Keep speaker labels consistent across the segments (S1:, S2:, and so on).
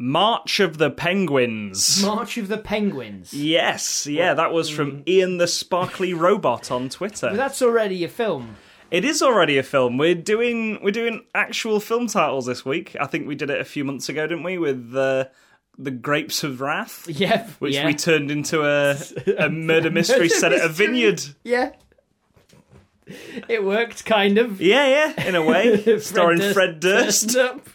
S1: March of the Penguins.
S2: March of the Penguins.
S1: Yes, yeah, that was from Ian the Sparkly Robot on Twitter.
S2: But that's already a film.
S1: It is already a film. We're doing we're doing actual film titles this week. I think we did it a few months ago, didn't we? With uh, the Grapes of Wrath,
S2: Yeah.
S1: which
S2: yeah.
S1: we turned into a a murder mystery set at a vineyard.
S2: yeah. It worked, kind of.
S1: Yeah, yeah, in a way, starring
S2: Durst
S1: Fred Durst.
S2: turned up.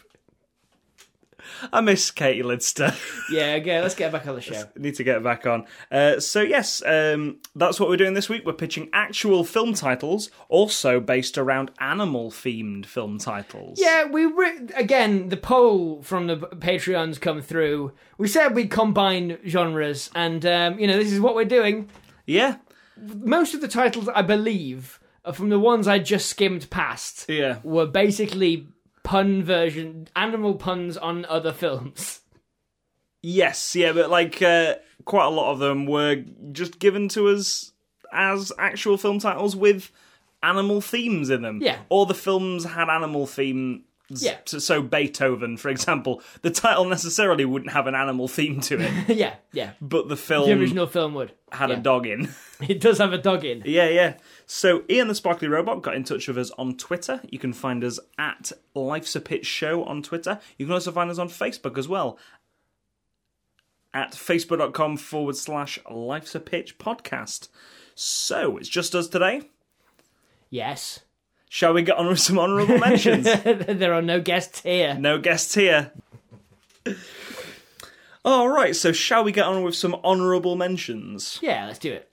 S1: I miss Katie Lidster.
S2: Yeah, okay, let's get back on the show.
S1: Need to get back on. Uh, so yes, um, that's what we're doing this week. We're pitching actual film titles, also based around animal-themed film titles.
S2: Yeah, we re- again the poll from the Patreons come through. We said we'd combine genres, and um, you know this is what we're doing.
S1: yeah,
S2: Most of the titles, I believe, are from the ones I just skimmed past.
S1: yeah.
S2: Were basically pun version animal puns on other films.
S1: Yes, yeah, but like uh, quite a lot of them were just given to us as actual film titles with animal themes in them.
S2: Yeah.
S1: Or the films had animal themes.
S2: Yeah.
S1: So, so Beethoven, for example, the title necessarily wouldn't have an animal theme to it,
S2: yeah, yeah.
S1: but the
S2: The
S1: film
S2: original film would.
S1: had
S2: yeah.
S1: a dog in.
S2: It does have a dog in.
S1: yeah, yeah. So Ian the Sparkly Robot got in touch with us on Twitter. You can find us at Life's a Pitch Show on Twitter. You can also find us on Facebook as well at facebook.com forward slash Life's a Pitch podcast. So it's just us today.
S2: Yes.
S1: Shall we get on with some honourable mentions?
S2: there are no guests here.
S1: No guests here. All right, so shall we get on with some honourable mentions?
S2: Yeah, let's do it.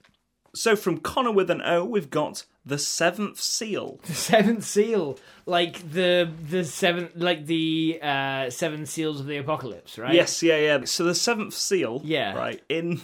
S1: So from Connor with an O, we've got The Seventh Seal.
S2: The seventh seal, like the the seventh, like the uh seven seals of the apocalypse, right?
S1: Yes, yeah, yeah. So the seventh seal,
S2: Yeah.
S1: right in.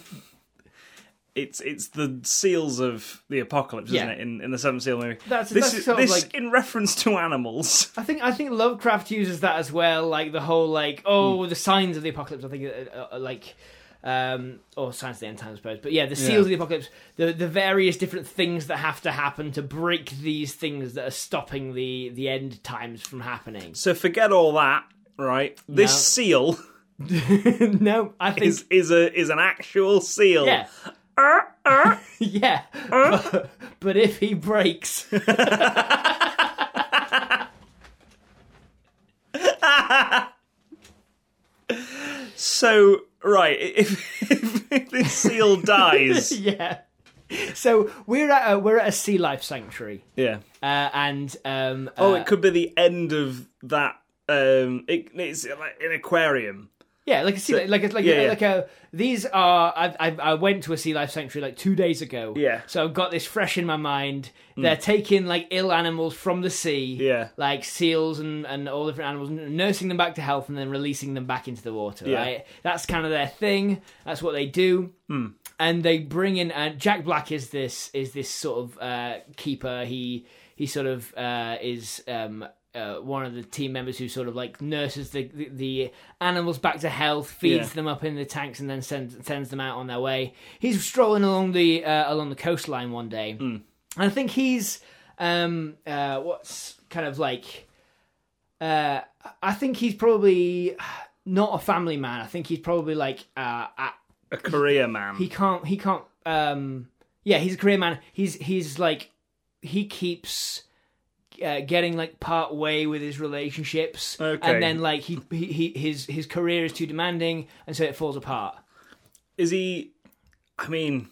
S1: It's it's the seals of the apocalypse, isn't
S2: Yeah.
S1: it? In in the seventh seal movie,
S2: That's-
S1: this
S2: that's
S1: is
S2: sort of
S1: this
S2: like-
S1: in reference to animals.
S2: I think I think Lovecraft uses that as well, like the whole like oh the signs of the apocalypse. I think uh, uh, like um or signs of the end times, I suppose. But yeah, the seals
S1: Yeah.
S2: of the apocalypse, the the various different things that have to happen to break these things that are stopping the the end times from happening.
S1: So forget all that, right? This
S2: No.
S1: seal
S2: no, I think
S1: is is a is an actual seal.
S2: yeah.
S1: Arr, arr.
S2: Yeah. But, but if he breaks.
S1: So right, if, if, if this seal dies,
S2: yeah. So we're at a, we're at a sea life sanctuary.
S1: yeah.
S2: Uh, and um
S1: Oh,
S2: uh,
S1: it could be the end of that. Um, it, it's like an aquarium.
S2: yeah, like a sea like a, like
S1: yeah,
S2: a,
S1: yeah.
S2: like a these are I, I I went to a sea life sanctuary like 2 days ago.
S1: Yeah. Hmm.
S2: So I've got this fresh in my mind. They're taking like ill animals from the sea.
S1: Yeah.
S2: Like seals and and all different animals n- nursing them back to health and then releasing them back into the water,
S1: Yeah.
S2: right? That's kind of their thing. That's what they do.
S1: Hmm.
S2: and they bring in uh, Jack Black is this is this sort of uh, keeper. He he sort of uh, is um, uh, one of the team members who sort of like nurses the the, the animals back to health, feeds
S1: Yeah.
S2: them up in the tanks, and then sends sends them out on their way. He's strolling along the uh, along the coastline one day,
S1: Hmm.
S2: and I think he's um, uh, what's kind of like. Uh, I think he's probably not a family man. I think he's probably like uh, a-
S1: A career man.
S2: he can't he can't um yeah he's a career man he's he's like he keeps uh, getting like part way with his relationships
S1: Okay.
S2: and then like he, he he his his career is too demanding and so it falls apart
S1: Is he? I mean,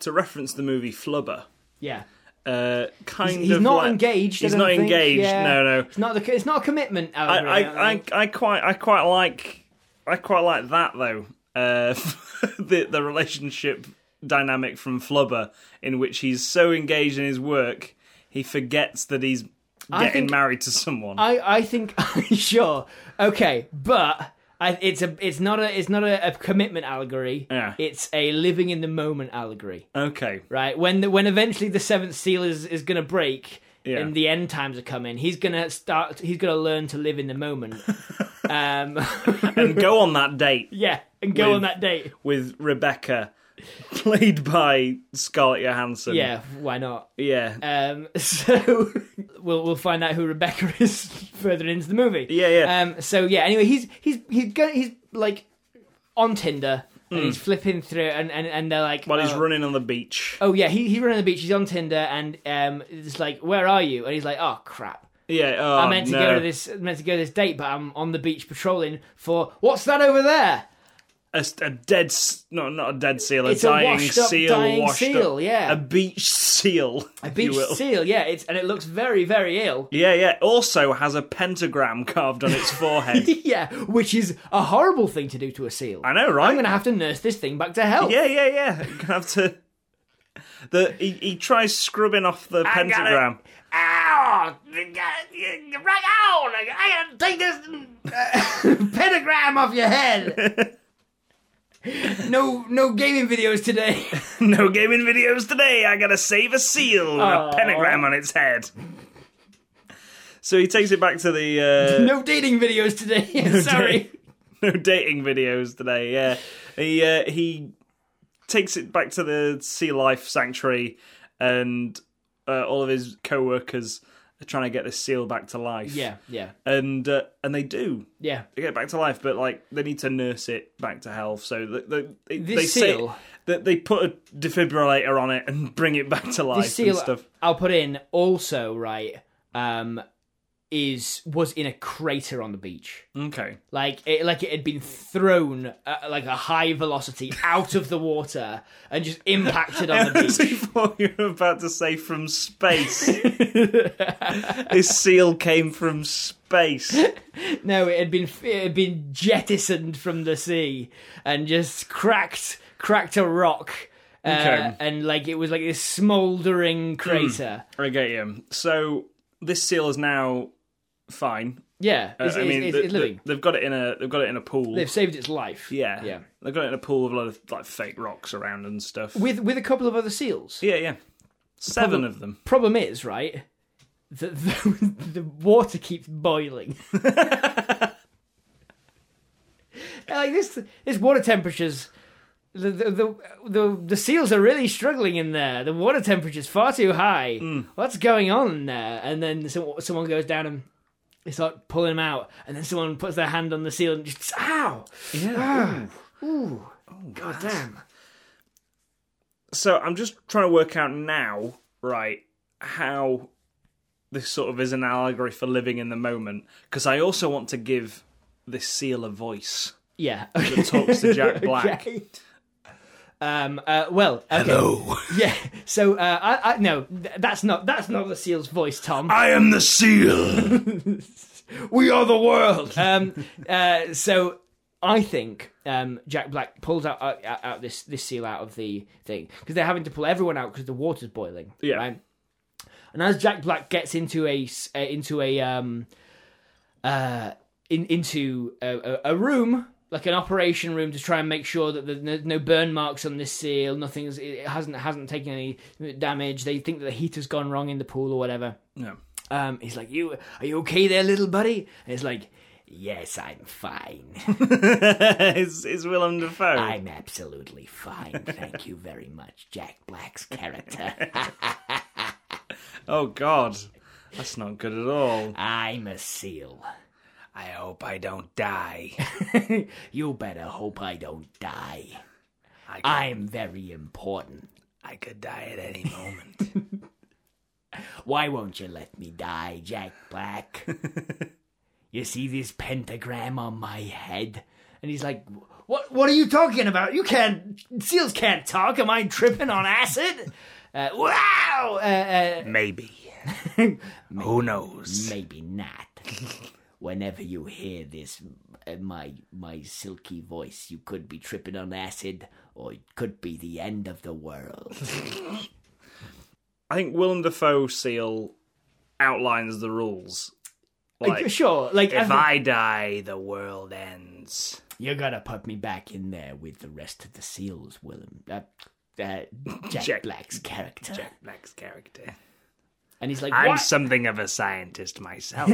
S1: to reference the movie Flubber,
S2: yeah
S1: uh, kind
S2: he's
S1: of
S2: not
S1: like-
S2: engaged I
S1: He's
S2: don't
S1: not
S2: think.
S1: engaged.
S2: Yeah.
S1: No, no.
S2: it's not the it's not a commitment
S1: I,
S2: Albert,
S1: I, I,
S2: think.
S1: I quite, I quite like, I quite like that though. Uh, the the relationship dynamic from Flubber, in which he's so engaged in his work, he forgets that he's getting
S2: think-
S1: married to someone.
S2: I, I think sure. Okay, but I, it's a it's not a it's not a, a commitment allegory.
S1: Yeah.
S2: It's a living in the moment allegory.
S1: Okay.
S2: Right when the, when eventually the seventh seal is is going to break.
S1: Yeah.
S2: And the end times are coming. He's gonna start. He's gonna learn to live in the moment. um,
S1: And go on that date
S2: yeah, and go
S1: With-
S2: on that date.
S1: with Rebecca, played by Scarlett Johansson.
S2: Yeah, why not?
S1: Yeah.
S2: Um, so we'll we'll find out who Rebecca is further into the movie.
S1: Yeah, yeah.
S2: Um, so yeah. Anyway, he's he's he's going he's like on Tinder and he's flipping through and and, and they're like
S1: Mm. While he's
S2: oh,
S1: running on the beach.
S2: oh yeah he he ran on the beach he's on Tinder and um it's like where are you and he's like oh crap
S1: Yeah. Oh,
S2: I meant to
S1: no.
S2: go to this meant to go to this date but I'm on the beach patrolling for what's that over there
S1: a, s- a dead, s- no, not a dead seal, a
S2: It's a
S1: dying
S2: washed-up
S1: seal,
S2: dying
S1: washed
S2: seal,
S1: up,
S2: yeah.
S1: a beach seal,
S2: a
S1: if you
S2: beach
S1: will.
S2: seal yeah it's and it looks very very ill
S1: Yeah, yeah. Also has a pentagram carved on its forehead.
S2: yeah which is a horrible thing to do to a seal
S1: I know, right?
S2: I'm gonna have to nurse this thing back to health.
S1: Yeah, yeah, yeah. You're gonna have to. The he, he tries scrubbing off the
S2: I got
S1: pentagram.
S2: Ow! Right on! I gotta take this uh, pentagram off your head. no, no gaming videos today.
S1: No gaming videos today. I gotta save a seal with
S2: Aw.
S1: a pentagram on its head. So he takes it back to the uh,
S2: no dating videos today. Sorry.
S1: no dating videos today. Yeah, he uh, he takes it back to the Sea Life Sanctuary, and uh, all of his co-workers are trying to get this seal back to life.
S2: Yeah, yeah,
S1: and uh, and they do.
S2: yeah.
S1: They get it back to life, but like they need to nurse it back to health. So the, the, they
S2: This
S1: they say
S2: seal-
S1: that they put a defibrillator on it and bring it back to life
S2: This seal
S1: and stuff.
S2: I'll put in also right. Um, is was in a crater on the beach,
S1: Okay,
S2: like it, like it had been thrown uh, like a high velocity out of the water and just impacted on the beach.
S1: as before you were about to say from space, this seal came from space.
S2: No, it had been it had been jettisoned from the sea and just cracked cracked a rock. Uh,
S1: Okay. Hmm.
S2: And like it was like this smouldering crater.
S1: I get you. So this seal is now fine.
S2: Yeah, it's,
S1: Uh, I mean,
S2: it's- it's-
S1: th- th-
S2: it's living.
S1: they've got it in a they've got it in a pool.
S2: They've saved its life.
S1: yeah,
S2: yeah.
S1: They've got it in a pool with a lot of like fake rocks around and stuff.
S2: With with a couple of other seals.
S1: yeah, yeah. Seven of them.
S2: Problem is, right, that the, the water keeps boiling. like this, this water temperatures. The, the the the the seals are really struggling in there. The water temperature's far too high. What's going on in there? And then some, someone goes down and they start pulling them out. And then someone puts their hand on the seal and just ow, Ah.
S1: Yeah.
S2: god damn.
S1: So I'm just trying to work out now, right, how this sort of is an allegory for living in the moment. Because I also want to give this seal a voice
S2: Yeah.
S1: that talks to Jack Black.
S2: Okay. Um. Uh, well. Okay.
S1: Hello.
S2: Yeah. So uh, I, I no, th- that's not that's not the seal's voice, Tom.
S1: I am the seal.
S2: we are the world. Um. Uh. So I think um Jack Black pulls out out, out this this seal out of the thing because they're having to pull everyone out because the water's boiling.
S1: Yeah.
S2: Right? And as Jack Black gets into a s- uh, into a um uh in into a, a, a room like an operation room to try and make sure that there's no burn marks on this seal, nothing's it hasn't hasn't taken any damage. They think that the heater's gone wrong in the pool or whatever.
S1: no.
S2: Um, he's like, "You are you okay there, little buddy?" And he's like, "Yes, I'm fine.
S1: it's, it's Willem Dafoe.
S2: I'm absolutely fine. Thank you very much, Jack Black's character.
S1: Oh God, that's not good at all.
S2: I'm a seal.
S1: I hope I don't die.
S2: you better hope I don't die.
S1: I could,
S2: I'm very important.
S1: I could die at any moment.
S2: Why won't you let me die, Jack Black? you see this pentagram on my head?" And he's like, "What? What are you talking about? You can't. Seals can't talk. Am I tripping on acid?" Uh, wow! Uh, uh,
S1: Maybe. Who knows?
S2: Maybe not. Whenever you hear this, uh, my my silky voice, you could be tripping on acid, or it could be the end of the world.
S1: I think Willem Dafoe seal outlines the rules. Like,
S2: sure, like
S1: if
S2: I've-
S1: I die, the world ends.
S2: you gotta put me back in there with the rest of the seals, Willem. Uh, uh, Jack,
S1: Jack-
S2: Black's character,
S1: Jack Black's character.
S2: and he's like,
S1: I'm
S2: why,
S1: something of a scientist myself.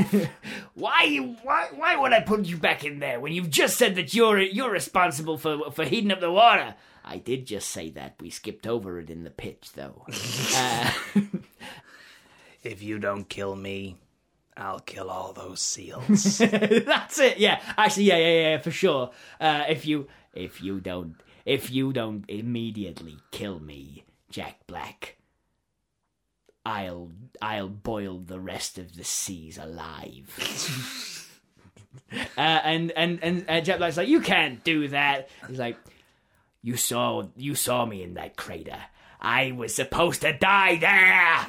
S2: why, you- why, why would I put you back in there when you've just said that you're you're responsible for for heating up the water? I did just say that. We skipped over it in the pitch, though. uh,
S1: if you don't kill me, I'll kill all those seals.
S2: That's it. Yeah. Actually, yeah, yeah, yeah, for sure. Uh, if you if you don't if you don't immediately kill me, Jack Black, I'll I'll boil the rest of the seas alive. uh, and and and uh, Jack Black's like, you can't do that. He's like, you saw you saw me in that crater. I was supposed to die there.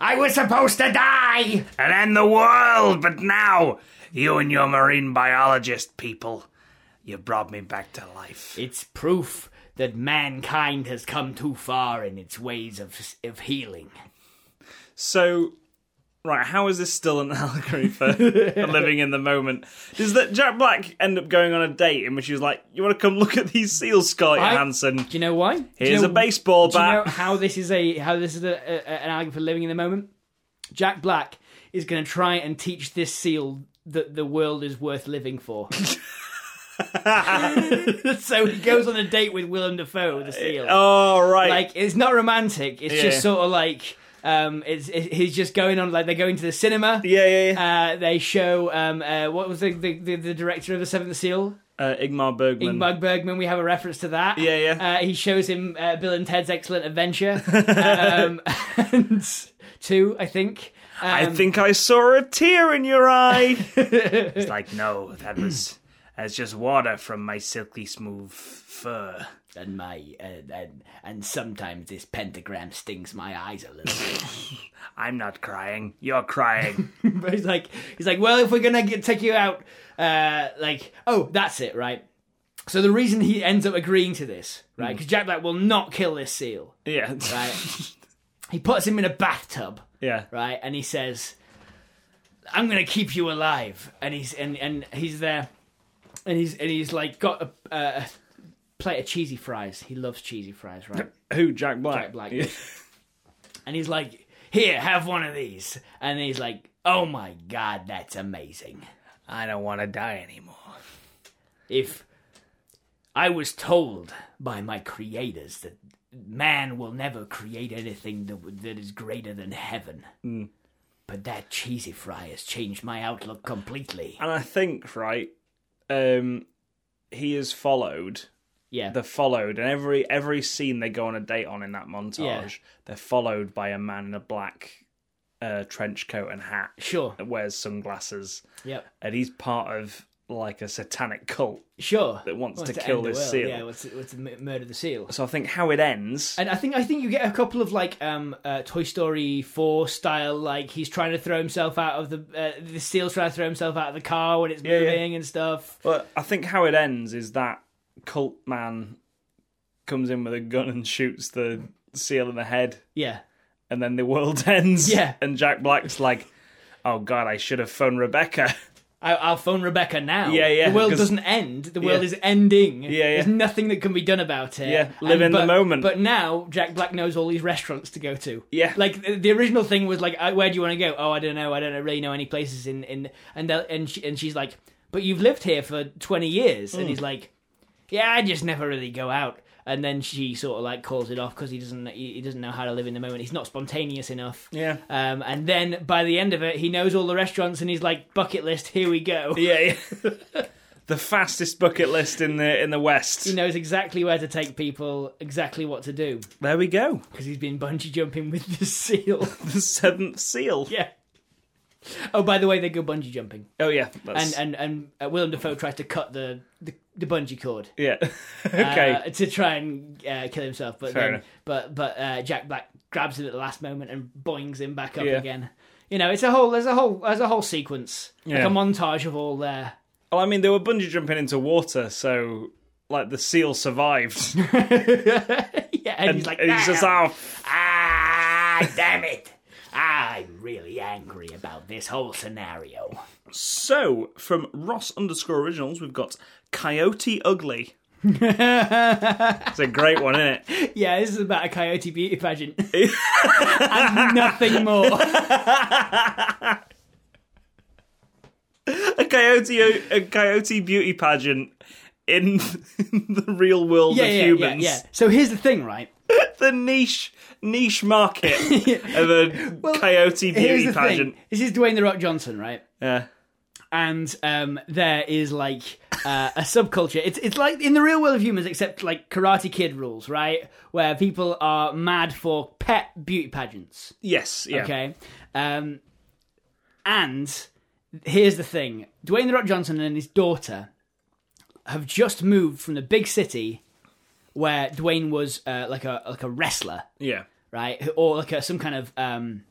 S2: I was supposed to die.
S1: and end the world. But now, you and your marine biologist people, you brought me back to life.
S2: It's proof that mankind has come too far in its ways of of healing.
S1: So, right, how is this still an allegory for, for living in the moment? Does that Jack Black end up going on a date in which he was like, "You want to come look at these seals, Scarlett
S2: I-
S1: Johansson?
S2: Do you know why?
S1: Here's
S2: do you
S1: a
S2: know,
S1: baseball
S2: Do you know
S1: bat."
S2: how this is a how this is a, a, an argument for living in the moment? Jack Black is going to try and teach this seal that the world is worth living for. so he goes on a date with Willem Dafoe, the seal.
S1: Oh right,
S2: like it's not romantic. It's
S1: Yeah.
S2: just sort of like um, it's, it, he's just going on like they're going to the cinema.
S1: yeah, yeah, yeah.
S2: Uh, they show um, uh, what was the, the, the, the director of the Seventh Seal,
S1: Uh, Igmar Bergman.
S2: Ingmar Bergman. We have a reference to that.
S1: Yeah, yeah.
S2: Uh, he shows him uh, Bill and Ted's Excellent Adventure, um, and two, I think. Um,
S1: I think I saw a tear in your eye. it's like no, that was that's just water from my silky smooth fur.
S2: and my uh, and and sometimes this pentagram stings my eyes a little. bit.
S1: I'm not crying. You're crying.
S2: but he's like, he's like, well, if we're gonna get, take you out, uh, like, oh, that's it, right? So the reason he ends up agreeing to this,
S1: Mm.
S2: right? Because Jack Black will not kill this seal.
S1: yeah,
S2: right? he puts him in a bathtub,
S1: yeah.
S2: right? And he says, "I'm gonna keep you alive." And he's and and he's there, and he's and he's like got a, a plate of cheesy fries. He loves cheesy fries, right?
S1: Who Jack Black?
S2: Jack Black.
S1: Yeah.
S2: and he's like, "Here, have one of these." And he's like, "Oh my god, that's amazing."
S1: I don't want to die anymore.
S2: if I was told by my creators that man will never create anything that, that is greater than heaven.
S1: Hmm.
S2: But that cheesy fry has changed my outlook completely.
S1: And I think right, um, he is followed.
S2: Yeah.
S1: They're followed, and every every scene they go on a date on in that montage,
S2: Yeah.
S1: they're followed by a man in a black uh, trench coat and hat
S2: sure.
S1: that wears sunglasses,
S2: Yep.
S1: and he's part of like a satanic cult.
S2: Sure.
S1: That wants to
S2: end
S1: kill
S2: the
S1: this
S2: world.
S1: seal.
S2: Yeah, wants to, wants to mu- murder the seal.
S1: So I think how it ends.
S2: And I think I think you get a couple of like um uh, Toy Story four style like he's trying to throw himself out of the uh, the seal's trying to throw himself out of the car when it's
S1: yeah.
S2: moving and stuff.
S1: Well, I think how it ends is that cult man comes in with a gun and shoots the seal in the head,
S2: Yeah.
S1: and then the world ends.
S2: Yeah.
S1: And Jack Black's like, "Oh God, I should have phoned Rebecca."
S2: I, I'll phone Rebecca now.
S1: Yeah, yeah,
S2: The world
S1: 'cause-
S2: doesn't end. The world
S1: Yeah.
S2: is ending. Yeah,
S1: yeah.
S2: There's nothing that can be done about it.
S1: Yeah, live in the
S2: but-
S1: moment.
S2: But now Jack Black knows all these restaurants to go to.
S1: Yeah.
S2: Like the, the original thing was like, "Uh, where do you want to go? Oh, I don't know. I don't really know any places in in and they'll- and she, and she's like, but you've lived here for 20 years,
S1: Hmm.
S2: and he's like, yeah, I just never really go out. And then she sort of like calls it off because he doesn't he he doesn't know how to live in the moment. He's not spontaneous enough.
S1: Yeah.
S2: Um, and then by the end of it, he knows all the restaurants and he's like, bucket list, here we go.
S1: Yeah. yeah. the fastest bucket list in the in the West.
S2: He knows exactly where to take people, exactly what to do
S1: there we go.
S2: because he's been bungee jumping with the seal.
S1: The seventh seal.
S2: yeah. Oh, by the way, they go bungee jumping,
S1: Oh yeah.
S2: and
S1: That's,
S2: and and uh, Willem Dafoe tries to cut the the, the bungee cord.
S1: yeah. okay.
S2: uh, to try and uh, kill himself, but
S1: Fair
S2: then,
S1: enough.
S2: but but uh, Jack Black grabs him at the last moment and boings him back up
S1: Yeah.
S2: again. You know, it's a whole there's a whole there's a whole sequence,
S1: Yeah.
S2: like a montage of all there.
S1: well, I mean, they were bungee jumping into water, so like the seal survived.
S2: yeah, and, he's like,
S1: and he's just
S2: "Ah,
S1: oh,
S2: ah, damn it! I'm really angry about this whole scenario.
S1: So, from Ross underscore originals, we've got Coyote Ugly. it's a great one, isn't it?
S2: Yeah, this is about a coyote beauty pageant. and nothing more.
S1: A coyote, a coyote beauty pageant in, the real world
S2: Yeah,
S1: of
S2: yeah, yeah,
S1: humans.
S2: yeah. So here's the thing, right?
S1: The niche niche market of a coyote
S2: Here's
S1: beauty
S2: the
S1: pageant.
S2: thing. This is Dwayne the Rock Johnson, right?
S1: Yeah.
S2: And um, there is like uh, a subculture. It's it's like in the real world of humans, except like Karate Kid rules, right? Where people are mad for pet beauty pageants.
S1: Yes. Yeah.
S2: Okay. Um, and here's the thing Dwayne The Rock Johnson and his daughter have just moved from the big city where Dwayne was uh, like a like a wrestler,
S1: Yeah.
S2: right? Or like a, some kind of. Um,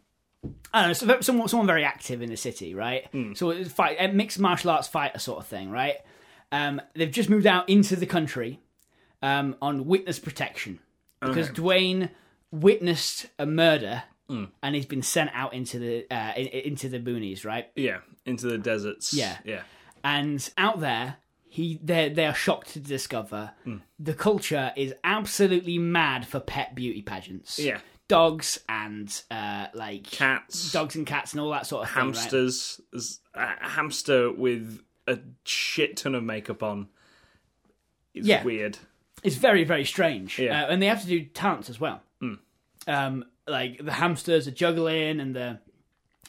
S2: I don't know, someone, someone very active in the city, right? So it's fight, a mixed martial arts fighter sort of thing, right? Um, they've just moved out into the country um, on witness protection because Dwayne witnessed a murder and he's been sent out into the uh, in- into the boonies, right?
S1: Yeah. Into the deserts.
S2: Yeah.
S1: Yeah.
S2: And out there, he they they are shocked to discover the culture is absolutely mad for pet beauty pageants.
S1: Yeah.
S2: dogs and uh, like
S1: Cats.
S2: dogs and cats and all that sort of thing. right?
S1: hamsters. There's a hamster with a shit ton of makeup on. It's
S2: Yeah.
S1: weird.
S2: It's very very strange.
S1: Yeah. Hmm.
S2: Uh, and they have to do talents as well. Um, like the hamsters are juggling and the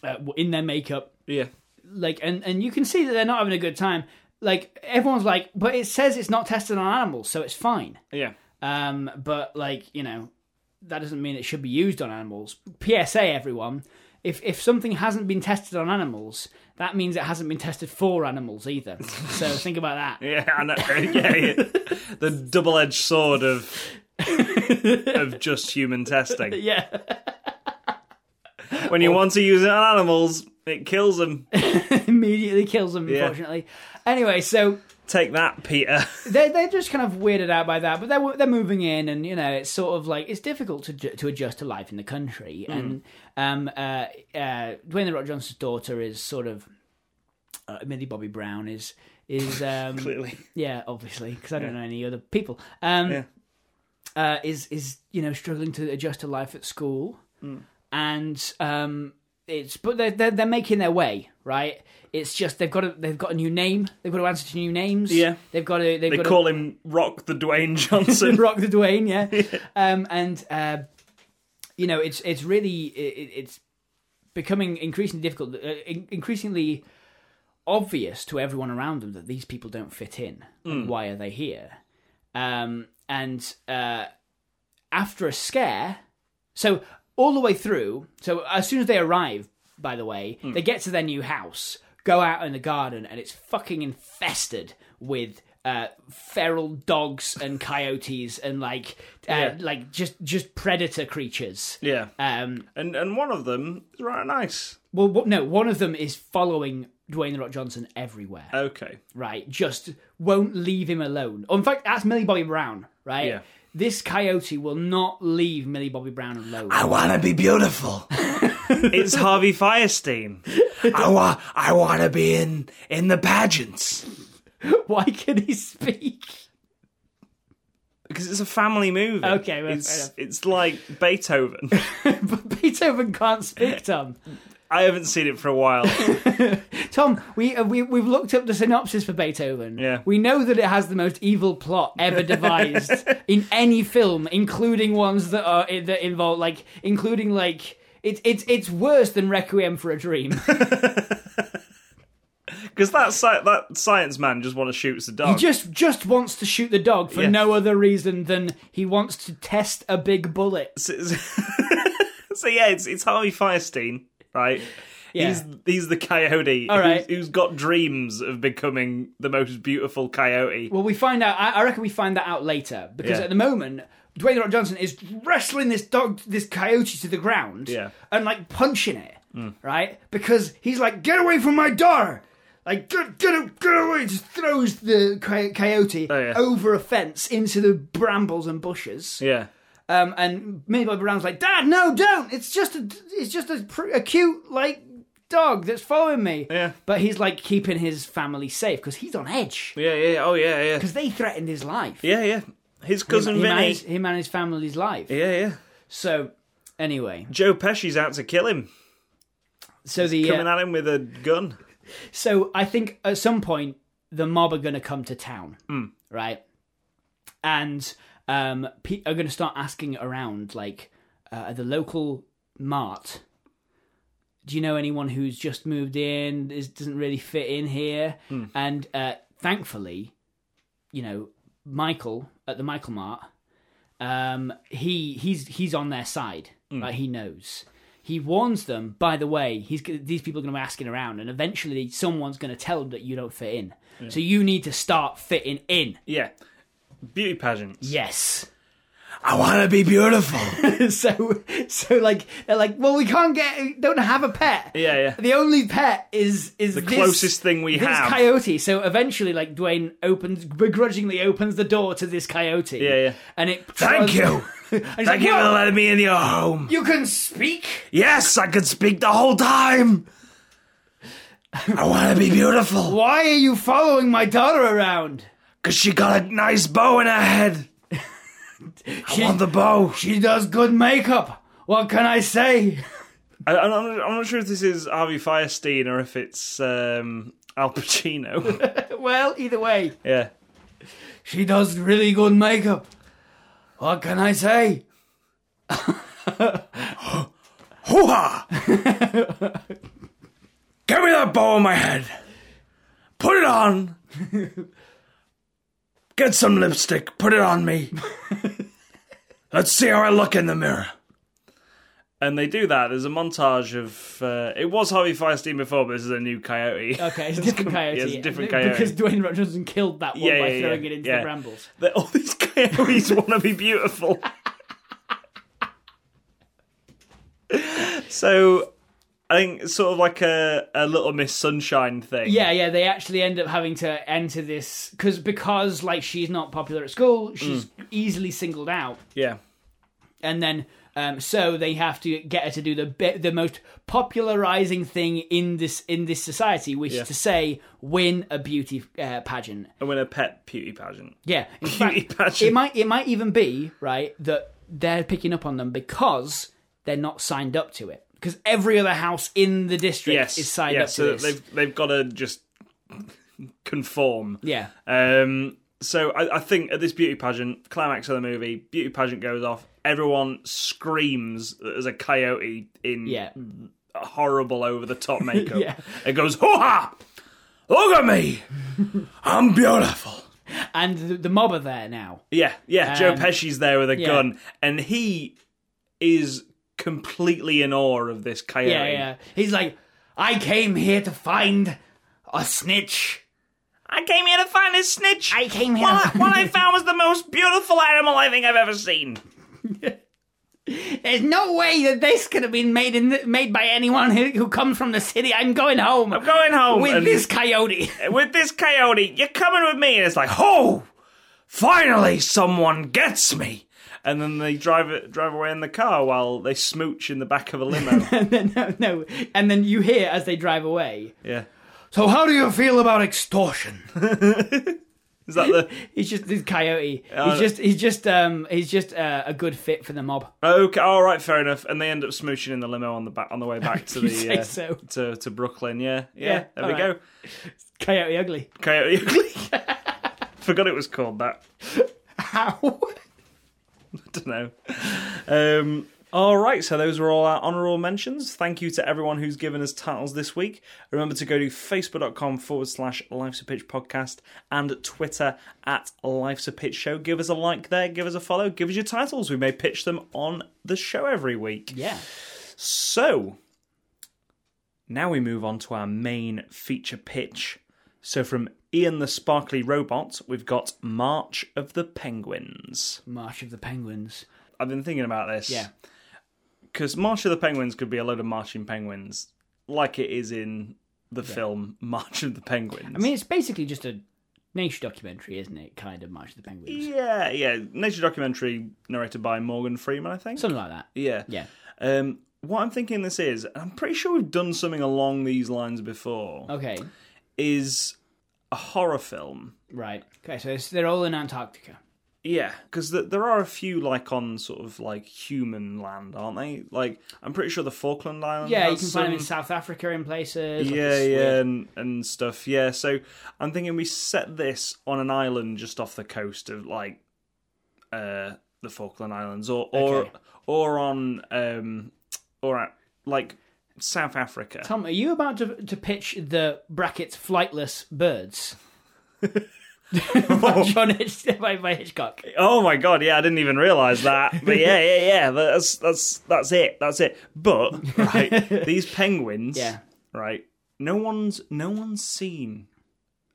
S2: uh, in their makeup.
S1: Yeah.
S2: like and and you can see that they're not having a good time like everyone's like but it says it's not tested on animals so it's fine
S1: Yeah.
S2: um but like you know that doesn't mean it should be used on animals psa everyone if if something hasn't been tested on animals that means it hasn't been tested for animals either so think about that
S1: Yeah, I know. yeah, yeah. the double-edged sword of of just human testing.
S2: yeah
S1: When you want to use it on animals, it kills them.
S2: immediately kills them unfortunately anyway so
S1: Take that, Peter.
S2: they they're just kind of weirded out by that, but they're they're moving in, and you know it's sort of like it's difficult to ju- to adjust to life in the country. And um, uh, uh, Dwayne the Rock Johnson's daughter is sort of uh, Millie Bobby Brown is is um,
S1: Clearly,
S2: yeah, obviously, because I don't know any other people. Um,
S1: Yeah.
S2: uh, is is you know struggling to adjust to life at school,
S1: Mm.
S2: and um, it's but they're, they're they're making their way, right? It's just they've got to, they've got a new name, they've got to answer to new names.
S1: Yeah.
S2: they've got to they've
S1: they
S2: got
S1: call him Rock the Dwayne
S2: to
S1: Johnson.
S2: rock the Dwayne, yeah. Um, and uh, you know, it's it's really it, it- it's becoming increasingly difficult, uh, in- increasingly obvious to everyone around them that these people don't fit in. Like, Why are they here? Um, and uh, after a scare, so all the way through, so as soon as they arrive, by the way,
S1: Hmm.
S2: they get to their new house, go out in the garden, and it's fucking infested with. Uh, feral dogs and coyotes and like
S1: Yeah.
S2: uh, like just just predator creatures.
S1: yeah,
S2: Um,
S1: and and one of them is right nice.
S2: well, what, no, one of them is following Dwayne The Rock Johnson everywhere,
S1: Okay,
S2: right? Just won't leave him alone. Or in fact, that's Millie Bobby Brown, right?
S1: Yeah.
S2: This coyote will not leave Millie Bobby Brown alone.
S3: wanna be beautiful.
S1: it's Harvey Firestein.
S3: I wa- I wanna be in in the pageants.
S2: Why can he speak?
S1: Because it's a family movie.
S2: Okay, well, fair
S1: it's
S2: enough.
S1: it's like Beethoven.
S2: But Beethoven can't speak, Tom.
S1: I haven't seen it for a while.
S2: Tom, we, uh, we we've looked up the synopsis for Beethoven.
S1: Yeah.
S2: We know that it has the most evil plot ever devised in any film, including ones that are that involve like including like it's it's it's worse than Requiem for a Dream.
S1: Because that sci- that science man just want to shoot the
S2: He
S1: dog.
S2: just just wants to shoot the dog for
S1: Yeah.
S2: no other reason than he wants to test a big bullet.
S1: so, so, yeah, it's it's Harvey Firestein, right?
S2: Yeah.
S1: He's he's the coyote
S2: All right.
S1: who's, who's got dreams of becoming the most beautiful coyote.
S2: Well, we find out. I, I reckon we find that out later because
S1: Yeah.
S2: at the moment, Dwayne The Rock Johnson is wrestling this dog, this coyote, to the ground
S1: Yeah. Hmm.
S2: and like punching it, right? Because he's like, "Get away from my daughter!" Like, "Get get get away!" Just throws the coy- coyote
S1: Oh, yeah.
S2: over a fence into the brambles and bushes.
S1: yeah,
S2: Um, and Millie Bobby Brown's like, "Dad, no, don't! It's just a, it's just a, pr- a cute like dog that's following me.
S1: Yeah.
S2: But he's like keeping his family safe because he's on edge
S1: Yeah, yeah, oh yeah, yeah.
S2: because they threatened his life.
S1: Yeah, yeah. His cousin
S2: him, him, and
S1: Vinny.
S2: his, him and his family's life.
S1: Yeah, yeah.
S2: So anyway,
S1: Joe Pesci's out to kill him,
S2: so the
S1: coming
S2: uh,
S1: at him with a gun.
S2: so I think at some point the mob are going to come to town, right? And um, pe- are going to start asking around, like uh, at the local mart. Do you know anyone who's just moved in? Is, doesn't really fit in here, and uh, thankfully, you know, Michael at the Michael Mart, um, he he's he's on their side.
S1: Mm.
S2: Like he knows. He warns them. By the way, he's g- these people are going to be asking around, and eventually someone's going to tell them that you don't fit in. So you need to start fitting in.
S1: Yeah. Beauty pageants.
S2: Yes.
S3: I want to be beautiful.
S2: so so like they're like, well, we can't get, don't have a pet.
S1: Yeah, yeah.
S2: The only pet is is the
S1: closest thing we
S2: this
S1: have.
S2: coyote. So eventually, like Dwayne opens begrudgingly opens the door to this coyote.
S1: Yeah, yeah.
S2: And it
S3: Thank you.
S2: And he's like,
S3: Thank you for
S2: "Whoa,
S3: letting me in your home.
S2: you can speak.
S3: Yes, I could speak the whole time. I want to be beautiful.
S2: Why are you following my daughter around?
S3: Because she got a nice bow in her head. I want the bow.
S2: She does good makeup. What can I say?
S1: I, I'm, not, I'm not sure if this is Harvey Firestein or if it's um, Al Pacino.
S2: Well, either way,
S1: yeah.
S2: she does really good makeup. What can I say?
S3: Hoo ha! Give me that bow in my head. Put it on. Get some lipstick. Put it on me. Let's see how I look in the mirror.
S1: And they do that. There's a montage of. Uh, it was Harvey Firestein before, but this is a new coyote.
S2: Okay, it's a different
S1: com- yeah,
S2: coyote.
S1: it's a different coyote.
S2: Because Dwayne Johnson killed that one
S1: Yeah,
S2: by
S1: yeah,
S2: throwing
S1: yeah,
S2: it into
S1: yeah.
S2: the brambles.
S1: That all these coyotes want to be beautiful. so, I think it's sort of like a, a Little Miss Sunshine thing.
S2: Yeah, yeah, they actually end up having to enter this because because like she's not popular at school, she's
S1: Mm.
S2: easily singled out,
S1: Yeah.
S2: and then um, so they have to get her to do the bi- the most popularizing thing in this in this society, which
S1: Yeah.
S2: is to say, win a beauty uh, pageant.
S1: And win a pet beauty pageant.
S2: Yeah, in
S1: Beauty
S2: fact,
S1: pageant.
S2: it might it might even be right that they're picking up on them because they're not signed up to it. Because every other house in the district
S1: yes.
S2: is signed
S1: yeah,
S2: up to
S1: so
S2: this.
S1: they've they've got to just conform.
S2: Yeah,
S1: Um, so I, I think at this beauty pageant, climax of the movie, beauty pageant goes off. Everyone screams that there's a coyote in
S2: yeah.
S1: a horrible over the top makeup.
S2: Yeah.
S1: It goes hoo ha,
S3: Look at me. I'm beautiful.
S2: And the, the mob are there now.
S1: yeah, yeah. Joe
S2: Um,
S1: Pesci's there with a
S2: yeah.
S1: gun, and he is completely in awe of this coyote.
S2: Yeah, yeah. He's like, I came here to find a snitch.
S1: I came here to find a snitch.
S2: I came here.
S1: what, I- what I found was the most beautiful animal I think I've ever seen.
S2: There's no way that this could have been made in the, made by anyone who, who comes from the city. I'm going home
S1: I'm going home
S2: with
S1: and-
S2: this coyote.
S1: with this coyote. You're coming with me, and it's like
S3: Oh, finally someone gets me.
S1: and then they drive it, drive away in the car while they smooch in the back of a limo.
S2: and then no, no, and then you hear as they drive away.
S1: yeah,
S2: So how do you feel about it?
S3: Extortion.
S1: is that the
S2: He's just this coyote. he's just he's just um he's just uh, a good fit for the mob.
S1: okay? All right, fair enough. And they end up smooching in the limo on the back on the way back to
S2: You
S1: the
S2: say
S1: uh,
S2: so.
S1: to to Brooklyn. Yeah, yeah.
S2: Yeah,
S1: there we
S2: all right. Coyote ugly.
S1: go. Coyote Ugly. Forgot it was called that.
S2: How?
S1: Don't know. Um, all right, so those were all our honourable mentions. Thank you to everyone who's given us titles this week. Remember to go to facebook.com forward slash Life's a Pitch podcast and Twitter at Life's a Pitch show. Give us a like there, give us a follow, give us your titles. We may pitch them on the show every week.
S2: Yeah.
S1: So now we move on to our main feature pitch. So from Ian the Sparkly Robot, we've got March of the Penguins.
S2: March of the Penguins.
S1: I've been thinking about this.
S2: Yeah.
S1: Because March of the Penguins could be a load of marching penguins, like it is in the film March of the Penguins.
S2: I mean, it's basically just a nature documentary, isn't it? Kind of March of the Penguins,
S1: yeah, yeah. Nature documentary narrated by Morgan Freeman, I think.
S2: something like that.
S1: yeah.
S2: Yeah.
S1: Um, what I'm thinking this is, I'm pretty sure we've done something along these lines before,
S2: Okay,
S1: is a horror film.
S2: right. Okay, so it's, they're all in Antarctica.
S1: Yeah, because th there are a few like on sort of like human land, aren't they? Like I'm pretty sure the Falkland Islands.
S2: Yeah, you
S1: has
S2: can find them in
S1: some-
S2: South Africa in places. like
S1: yeah,
S2: it's
S1: yeah,
S2: weird.
S1: and, and stuff. Yeah, so I'm thinking we set this on an island just off the coast of like uh the Falkland Islands, or or
S2: Okay.
S1: or on um or at like South Africa.
S2: Tom, are you about to, to pitch the brackets flightless birds? by, John Hitch, by, by Hitchcock.
S1: Oh my god, yeah, I didn't even realise that. But yeah, yeah, yeah, that's that's that's it, that's it. But right, these penguins,
S2: Yeah.
S1: right. No one's no one's seen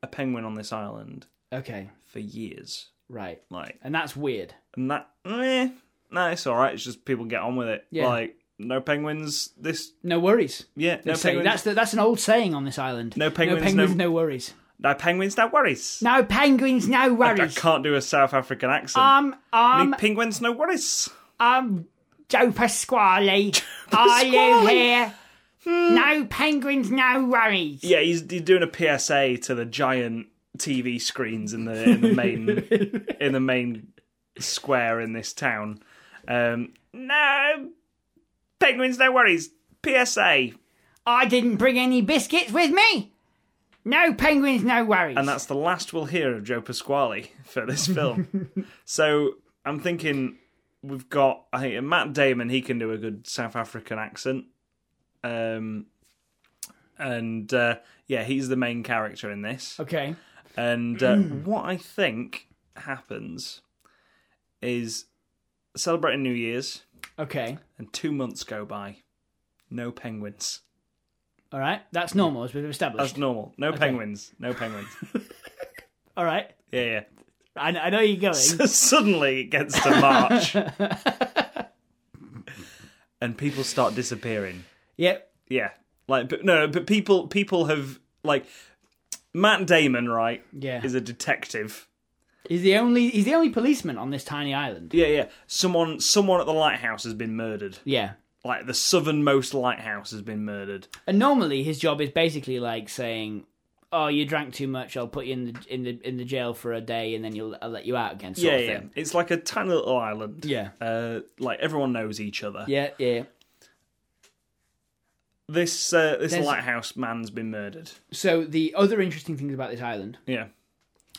S1: a penguin on this island
S2: Okay,
S1: for years.
S2: right.
S1: Like
S2: And that's weird.
S1: and that, eh, no, it's all right. It's just people get on with it.
S2: Yeah.
S1: Like no penguins. This,
S2: No worries.
S1: yeah, no
S2: they say.
S1: penguins.
S2: That's the, that's an old saying on this island.
S1: No penguins,
S2: no penguins,
S1: no-
S2: no, worries.
S1: No penguins. No worries.
S2: No penguins, no
S1: I
S2: worries. Um,
S1: can't do a South African accent.
S2: I'm I'm
S1: Any penguins. No worries.
S2: I'm Joe Pasquale. Are you
S1: Pasquale. Hmm.
S2: here? No penguins, no worries.
S1: Yeah, he's, he's doing a PSA to the giant TV screens in the in the main in the main square in this town. Um, no penguins, no worries. PSA,
S2: I didn't bring any biscuits with me. No penguins, no worries.
S1: and that's the last we'll hear of Joe Pasquale for this film. so I'm thinking we've got I think Matt Damon he can do a good South African accent, um, and uh, yeah, he's the main character in this.
S2: okay.
S1: And uh, what I think happens is celebrating New Year's,
S2: Okay.
S1: and two months go by. No penguins.
S2: All right. That's normal as we've established.
S1: That's normal. No penguins. No penguins.
S2: All right.
S1: Yeah, yeah.
S2: I, I know you're going.
S1: So suddenly it gets to March. and people start disappearing.
S2: yep.
S1: Yeah. Like, but no, but people, people have, like, Matt Damon, right,
S2: Yeah.
S1: is a detective.
S2: He's the only he's the only policeman on this tiny island.
S1: Yeah, yeah. Someone, someone at the lighthouse has been murdered.
S2: Yeah.
S1: like the southernmost lighthouse has been murdered.
S2: And normally his job is basically like saying, "Oh, you drank too much. I'll put you in the in the in the jail for a day, and then you'll I'll let you out again." Sort
S1: yeah,
S2: of
S1: yeah.
S2: thing.
S1: It's like a tiny little island.
S2: Yeah.
S1: Uh, like everyone knows each other.
S2: yeah, yeah.
S1: This uh, this
S2: There's-
S1: lighthouse man's been murdered.
S2: So the other interesting things about this island,
S1: Yeah.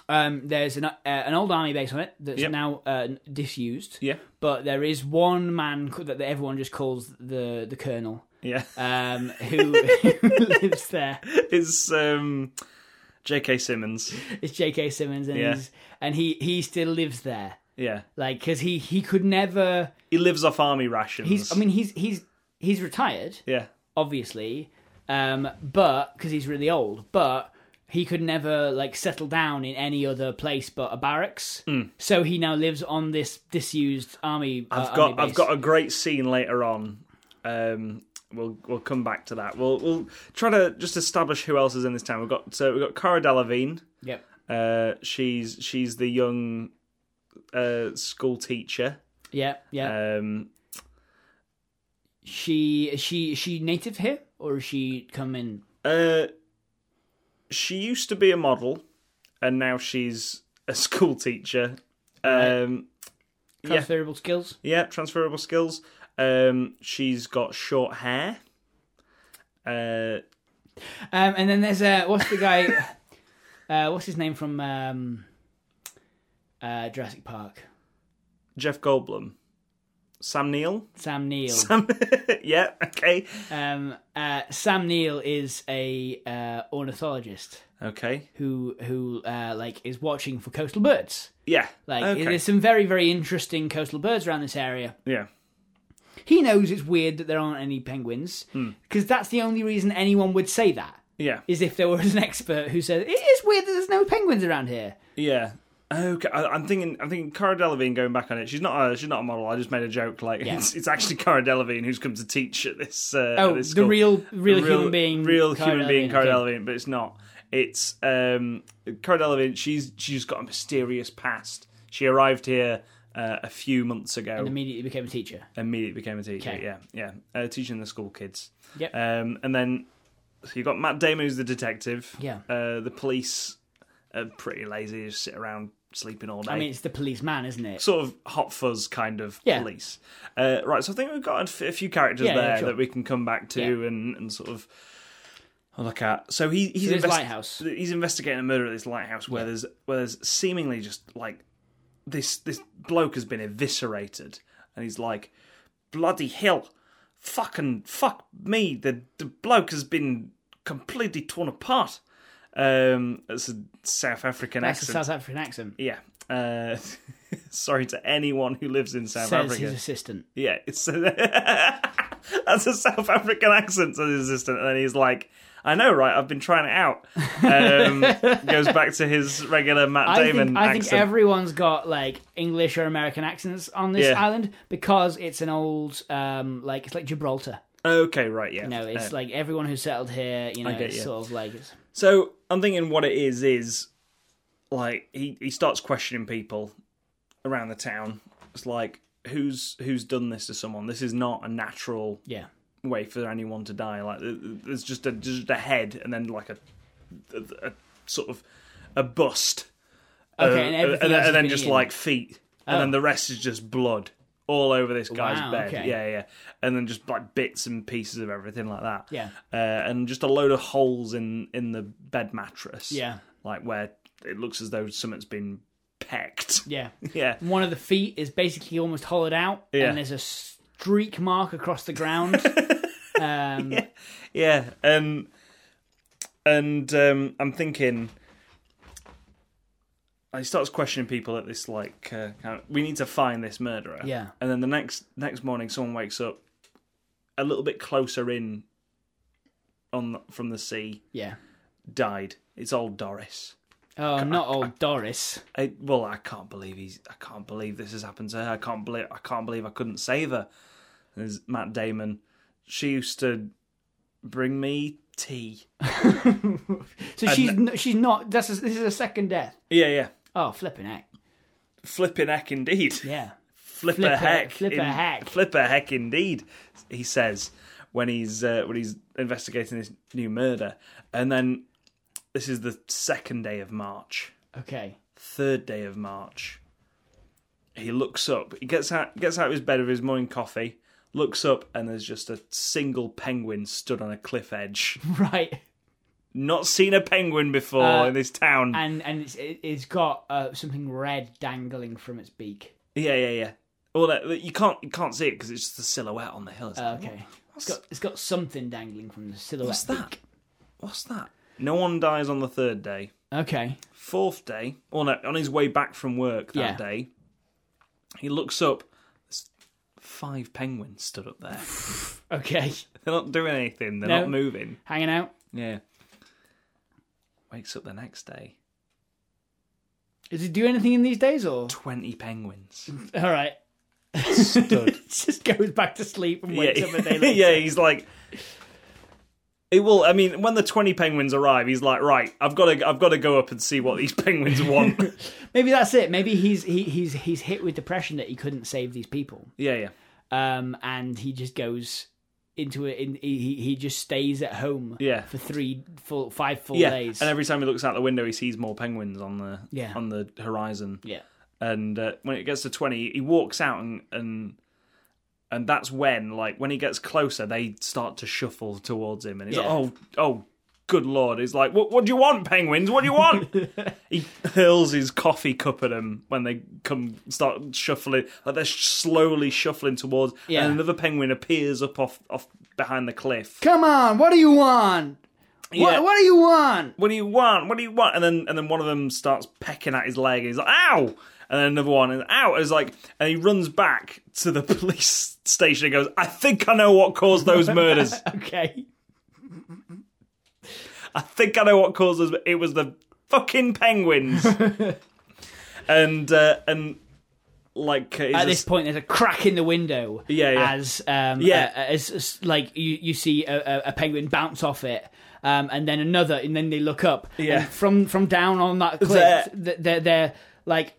S2: um, there's an uh, an old army base on it that's
S1: Yep.
S2: now uh, disused.
S1: Yeah.
S2: But there is one man c- that everyone just calls the the colonel,
S1: Yeah.
S2: um, who, who lives there.
S1: it's um J.K. Simmons.
S2: It's J.K. Simmons, and
S1: Yeah.
S2: he's, and he he still lives there,
S1: Yeah.
S2: like because he he could never.
S1: He lives off army rations.
S2: He's I mean he's he's he's retired.
S1: yeah.
S2: obviously, um, but because he's really old, but he could never like settle down in any other place but a barracks.
S1: Mm.
S2: So he now lives on this disused army. uh,
S1: I've got
S2: army base.
S1: I've got a great scene later on. Um, we'll we'll come back to that. We'll we'll try to just establish who else is in this town. We've got so we've got Cara Delevingne.
S2: Yep.
S1: Uh, she's she's the young uh, school teacher.
S2: Yeah, yeah.
S1: Um,
S2: she is she is she native here or is she come in?
S1: uh, she used to be a model, and now she's a school teacher. Um,
S2: Transferable skills.
S1: Yeah, transferable skills. Um, she's got short hair. Uh,
S2: Um, and then there's uh, what's the guy? uh, what's his name from um, uh, Jurassic Park?
S1: Jeff Goldblum, Sam Neill.
S2: Sam Neill.
S1: yeah, okay,
S2: Um, uh, Sam Neill is a uh, ornithologist.
S1: okay,
S2: who who uh, like is watching for coastal birds.
S1: yeah,
S2: Like
S1: okay.
S2: there's some very very interesting coastal birds around this area.
S1: yeah,
S2: He knows it's weird that there aren't any penguins because that's the only reason anyone would say that
S1: yeah,
S2: is if there was an expert who said it is weird that there's no penguins around here.
S1: yeah. Okay, I, I'm thinking. I'm thinking Cara Delevingne going back on it. She's not. A, she's not a model. I just made a joke. Like it's, it's actually Cara Delevingne who's come to teach at this. Uh, at
S2: Oh,
S1: this
S2: the
S1: school.
S2: real real, human being,
S1: real
S2: Cara
S1: human being,
S2: Delevingne,
S1: Cara
S2: okay.
S1: Delevingne, but it's not. It's um, Cara Delevingne. She's she's got a mysterious past. She arrived here uh, a few months ago.
S2: and immediately became a teacher.
S1: immediately became a teacher.
S2: Okay.
S1: Yeah, yeah, uh, teaching the school kids.
S2: Yep.
S1: Um, and then so you got Matt Damon who's the detective.
S2: Yeah.
S1: Uh, the police are pretty lazy. They just sit around sleeping all day.
S2: I mean, it's the policeman, isn't it?
S1: sort of hot fuzz kind of
S2: Yeah.
S1: police. Uh, right. So I think we've got a f- a few characters
S2: Yeah, yeah,
S1: there
S2: sure.
S1: that we can come back to
S2: Yeah.
S1: and, and sort of. Look at so he he's
S2: So there's
S1: invest-
S2: lighthouse.
S1: He's investigating a murder at this lighthouse where there's where there's seemingly just like this this bloke has been eviscerated and he's like bloody hell fucking fuck me the the bloke has been completely torn apart um that's a south african
S2: That's a
S1: accent
S2: South African accent.
S1: yeah uh sorry to anyone who lives in south
S2: Says
S1: africa
S2: his assistant.
S1: yeah it's that's a south african accent to the assistant and then he's like I know, right? I've been trying it out. Um, goes back to his regular Matt
S2: I
S1: Damon
S2: think, I
S1: accent.
S2: think everyone's got like English or American accents on this
S1: Yeah.
S2: island because it's an old, um, like it's like Gibraltar.
S1: Okay, right, yeah.
S2: You know,
S1: Uh,
S2: it's like everyone who settled here. You know,
S1: get
S2: it's
S1: you.
S2: sort of like it's,
S1: So I'm thinking what it is is like he, he starts questioning people around the town. It's like who's who's done this to someone? This is not a natural
S2: yeah,
S1: way for anyone to die. Like th- th- there's just a just a head and then like a a, a sort of a bust.
S2: okay,
S1: Uh,
S2: and
S1: and,
S2: everything
S1: then-
S2: else has
S1: and then
S2: been
S1: just
S2: eaten. Oh.
S1: like feet, and then the rest is just blood all over this guy's
S2: Wow,
S1: bed.
S2: okay.
S1: Yeah, yeah, and then just like bits and pieces of everything like that.
S2: Yeah.
S1: uh, and just a load of holes in in the bed mattress.
S2: Yeah.
S1: like where it looks as though something's been pecked.
S2: yeah,
S1: Yeah,
S2: one of the feet is basically almost hollowed out,
S1: Yeah.
S2: and there's a streak mark across the ground. um,
S1: yeah, and and um, I'm thinking. He starts questioning people at this like uh, kind of- we need to find this murderer.
S2: Yeah.
S1: And then the next next morning, someone wakes up a little bit closer in on the- from the sea,
S2: yeah.
S1: died. It's old Doris.
S2: Oh, not old Doris.
S1: I, well, I can't believe he's. I can't believe this has happened to her. I can't believe. I can't believe I couldn't save her. There's Matt Damon. She used to bring me tea.
S2: So she's n- she's not. That's a, this is a second death.
S1: Yeah, yeah.
S2: Oh, flipping heck.
S1: Flippin' heck indeed.
S2: Yeah.
S1: Flipper
S2: Flipper-
S1: heck.
S2: flipper heck.
S1: Flipper heck indeed. He says when he's uh, when he's investigating this new murder, and then this is the second day of March,
S2: Okay.
S1: third day of March. He looks up. He gets out gets out of his bed with his morning coffee. Looks up and there's just a single penguin stood on a cliff edge.
S2: Right.
S1: Not seen a penguin before in this town.
S2: Uh, and and it's, it- it's got uh, something red dangling from its beak.
S1: yeah, yeah, yeah. Well, that, you can't you can't see it because it's just a silhouette on the hill. It's like,
S2: Oh, Uh, Okay, it's got it's got something dangling from the silhouette.
S1: What's that? What's that? No one dies on the third day.
S2: Okay,
S1: Fourth day, or no, on his way back from work that
S2: Yeah.
S1: day, he looks up. There's five penguins stood up there.
S2: okay,
S1: They're not doing anything. They're
S2: No.
S1: not moving.
S2: hanging out.
S1: Yeah. Wakes up the next day.
S2: Does it do anything in these days or?
S1: Twenty penguins
S2: All right,
S1: stood.
S2: it just goes back to sleep and wakes
S1: yeah,
S2: up a day later.
S1: yeah, he's like. It will. I mean, when the twenty penguins arrive, he's like, "Right, I've got to, I've got to go up and see what these penguins want."
S2: Maybe that's it. Maybe he's he, he's he's hit with depression that he couldn't save these people,
S1: yeah, yeah.
S2: um, and he just goes into it. In, he he- he just stays at home.
S1: Yeah.
S2: for three full five full
S1: yeah.
S2: days.
S1: And every time he looks out the window, he sees more penguins on the
S2: Yeah.
S1: on the horizon.
S2: yeah.
S1: And uh, when it gets to twenty, he walks out and and and that's when like when he gets closer, they start to shuffle towards him, and he's
S2: Yeah.
S1: like, oh oh. Good lord! He's like, what? What do you want, penguins? What do you want? he hurls his coffee cup at them when they come, start shuffling. Like they're slowly shuffling towards,
S2: Yeah.
S1: and another penguin appears up off, off behind the cliff.
S2: Come on, what do you want?
S1: Yeah.
S2: What, what do you want?
S1: what do you want? What do you want? And then and then one of them starts pecking at his leg. He's like, ow! And then another one is ow. And it's like, and he runs back to the police station and goes, I think I know what caused those murders.
S2: Okay.
S1: I think I know what caused those. It was the fucking penguins. and uh, and like uh, he's
S2: At
S1: just-
S2: this point, there's a crack in the window.
S1: Yeah, yeah.
S2: As um,
S1: Yeah.
S2: uh, as, as, like you, you see a, a, a penguin bounce off it, um, and then another, and then they look up.
S1: Yeah.
S2: And from from down on that cliff,
S1: There.
S2: th- they're they're like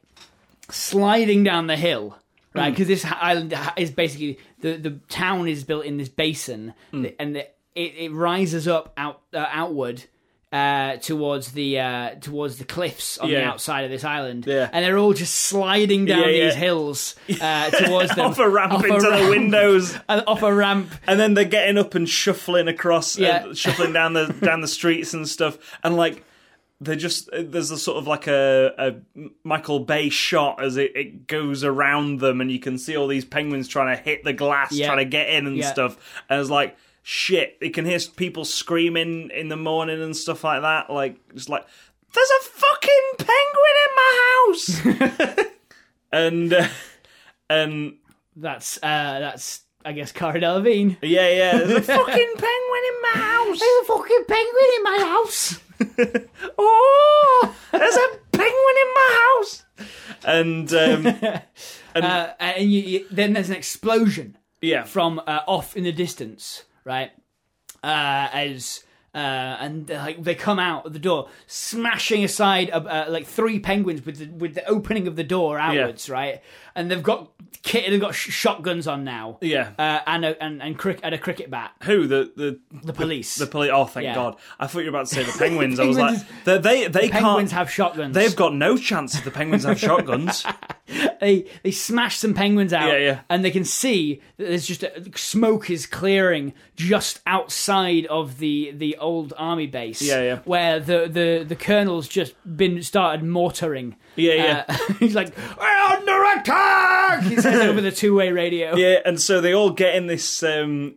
S2: sliding down the hill,
S1: Hmm.
S2: right? Because this island ha- is basically the the town is built in this basin,
S1: Hmm.
S2: and the, it it rises up out uh, outward. Uh, towards the uh, towards the cliffs on the
S1: Yeah.
S2: outside of this island,
S1: Yeah.
S2: and they're all just sliding down
S1: Yeah, yeah.
S2: these hills uh, towards them.
S1: off a ramp
S2: Off a
S1: into
S2: ramp.
S1: the windows,
S2: Uh, off a ramp.
S1: and then they're getting up and shuffling across,
S2: Yeah.
S1: and shuffling down the down the streets and stuff, and like they're just uh, there's a sort of like a, a Michael Bay shot as it, it goes around them, and you can see all these penguins trying to hit the glass,
S2: Yeah.
S1: trying to get in and
S2: Yeah.
S1: stuff, and it's like. Shit! You can hear people screaming in the morning and stuff like that. Like, just like, there's a fucking penguin in my house, and uh, and
S2: That's uh, that's I guess Cara Delevingne.
S1: Yeah, yeah. There's a fucking penguin in my house.
S2: a fucking penguin in my house.
S1: oh, there's a penguin in my house. And um,
S2: Uh, and you, you, then there's an explosion
S1: yeah,
S2: from uh, off in the distance, right? Uh, as uh, and they're like they come out of the door, smashing aside uh, uh, like three penguins with the, with the opening of the door outwards, right? And they've got kit, they've got sh- shotguns on now,
S1: yeah.
S2: uh, and a, and and, crick, and a cricket bat.
S1: Who the the
S2: The police,
S1: the police? Oh, thank
S2: Yeah.
S1: God! I thought you were about to say the penguins. I was like,
S2: Penguins
S1: they they, they can't.
S2: penguins have shotguns.
S1: They've got no chance if the penguins have shotguns.
S2: they they smash some penguins out,
S1: Yeah, yeah.
S2: and they can see that there's just a, smoke is clearing just outside of the the old army base,
S1: Yeah, yeah.
S2: where the the the colonel's just been started mortaring.
S1: Yeah, yeah.
S2: Uh, he's like, "We're under attack!" He says over the two way radio.
S1: yeah, and so they all get in this um,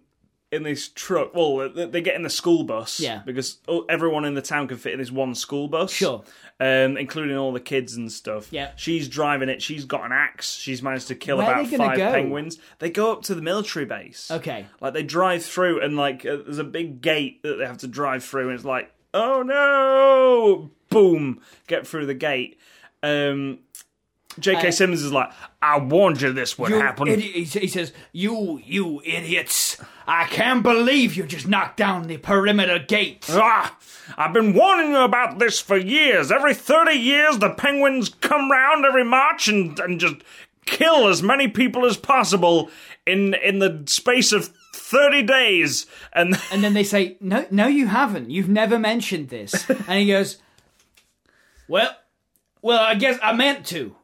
S1: in this truck. Well, they- they get in the school bus.
S2: Yeah.
S1: because oh, everyone in the town can fit in this one school bus.
S2: Sure.
S1: um, including all the kids and stuff.
S2: Yeah.
S1: she's driving it. She's got an axe. She's managed to kill
S2: Where are
S1: about
S2: they gonna
S1: five
S2: go?
S1: penguins. They go up to the military base.
S2: Okay.
S1: like they drive through, and like uh, there's a big gate that they have to drive through, and it's like, oh no, boom, get through the gate. Um,
S2: Uh,
S1: J.K. Simmons is like, I warned you this would
S2: You
S1: happen.
S2: idi- he sa- he says, "You, you idiots! I can't believe you just knocked down the perimeter gate."
S1: Ah, I've been warning you about this for years. Every 30 years, the penguins come round every March and, and just kill as many people as possible in in the space of 30 days. And
S2: And then they say, "No, no, you haven't. You've never mentioned this." And he goes, "Well, well, I guess I meant to.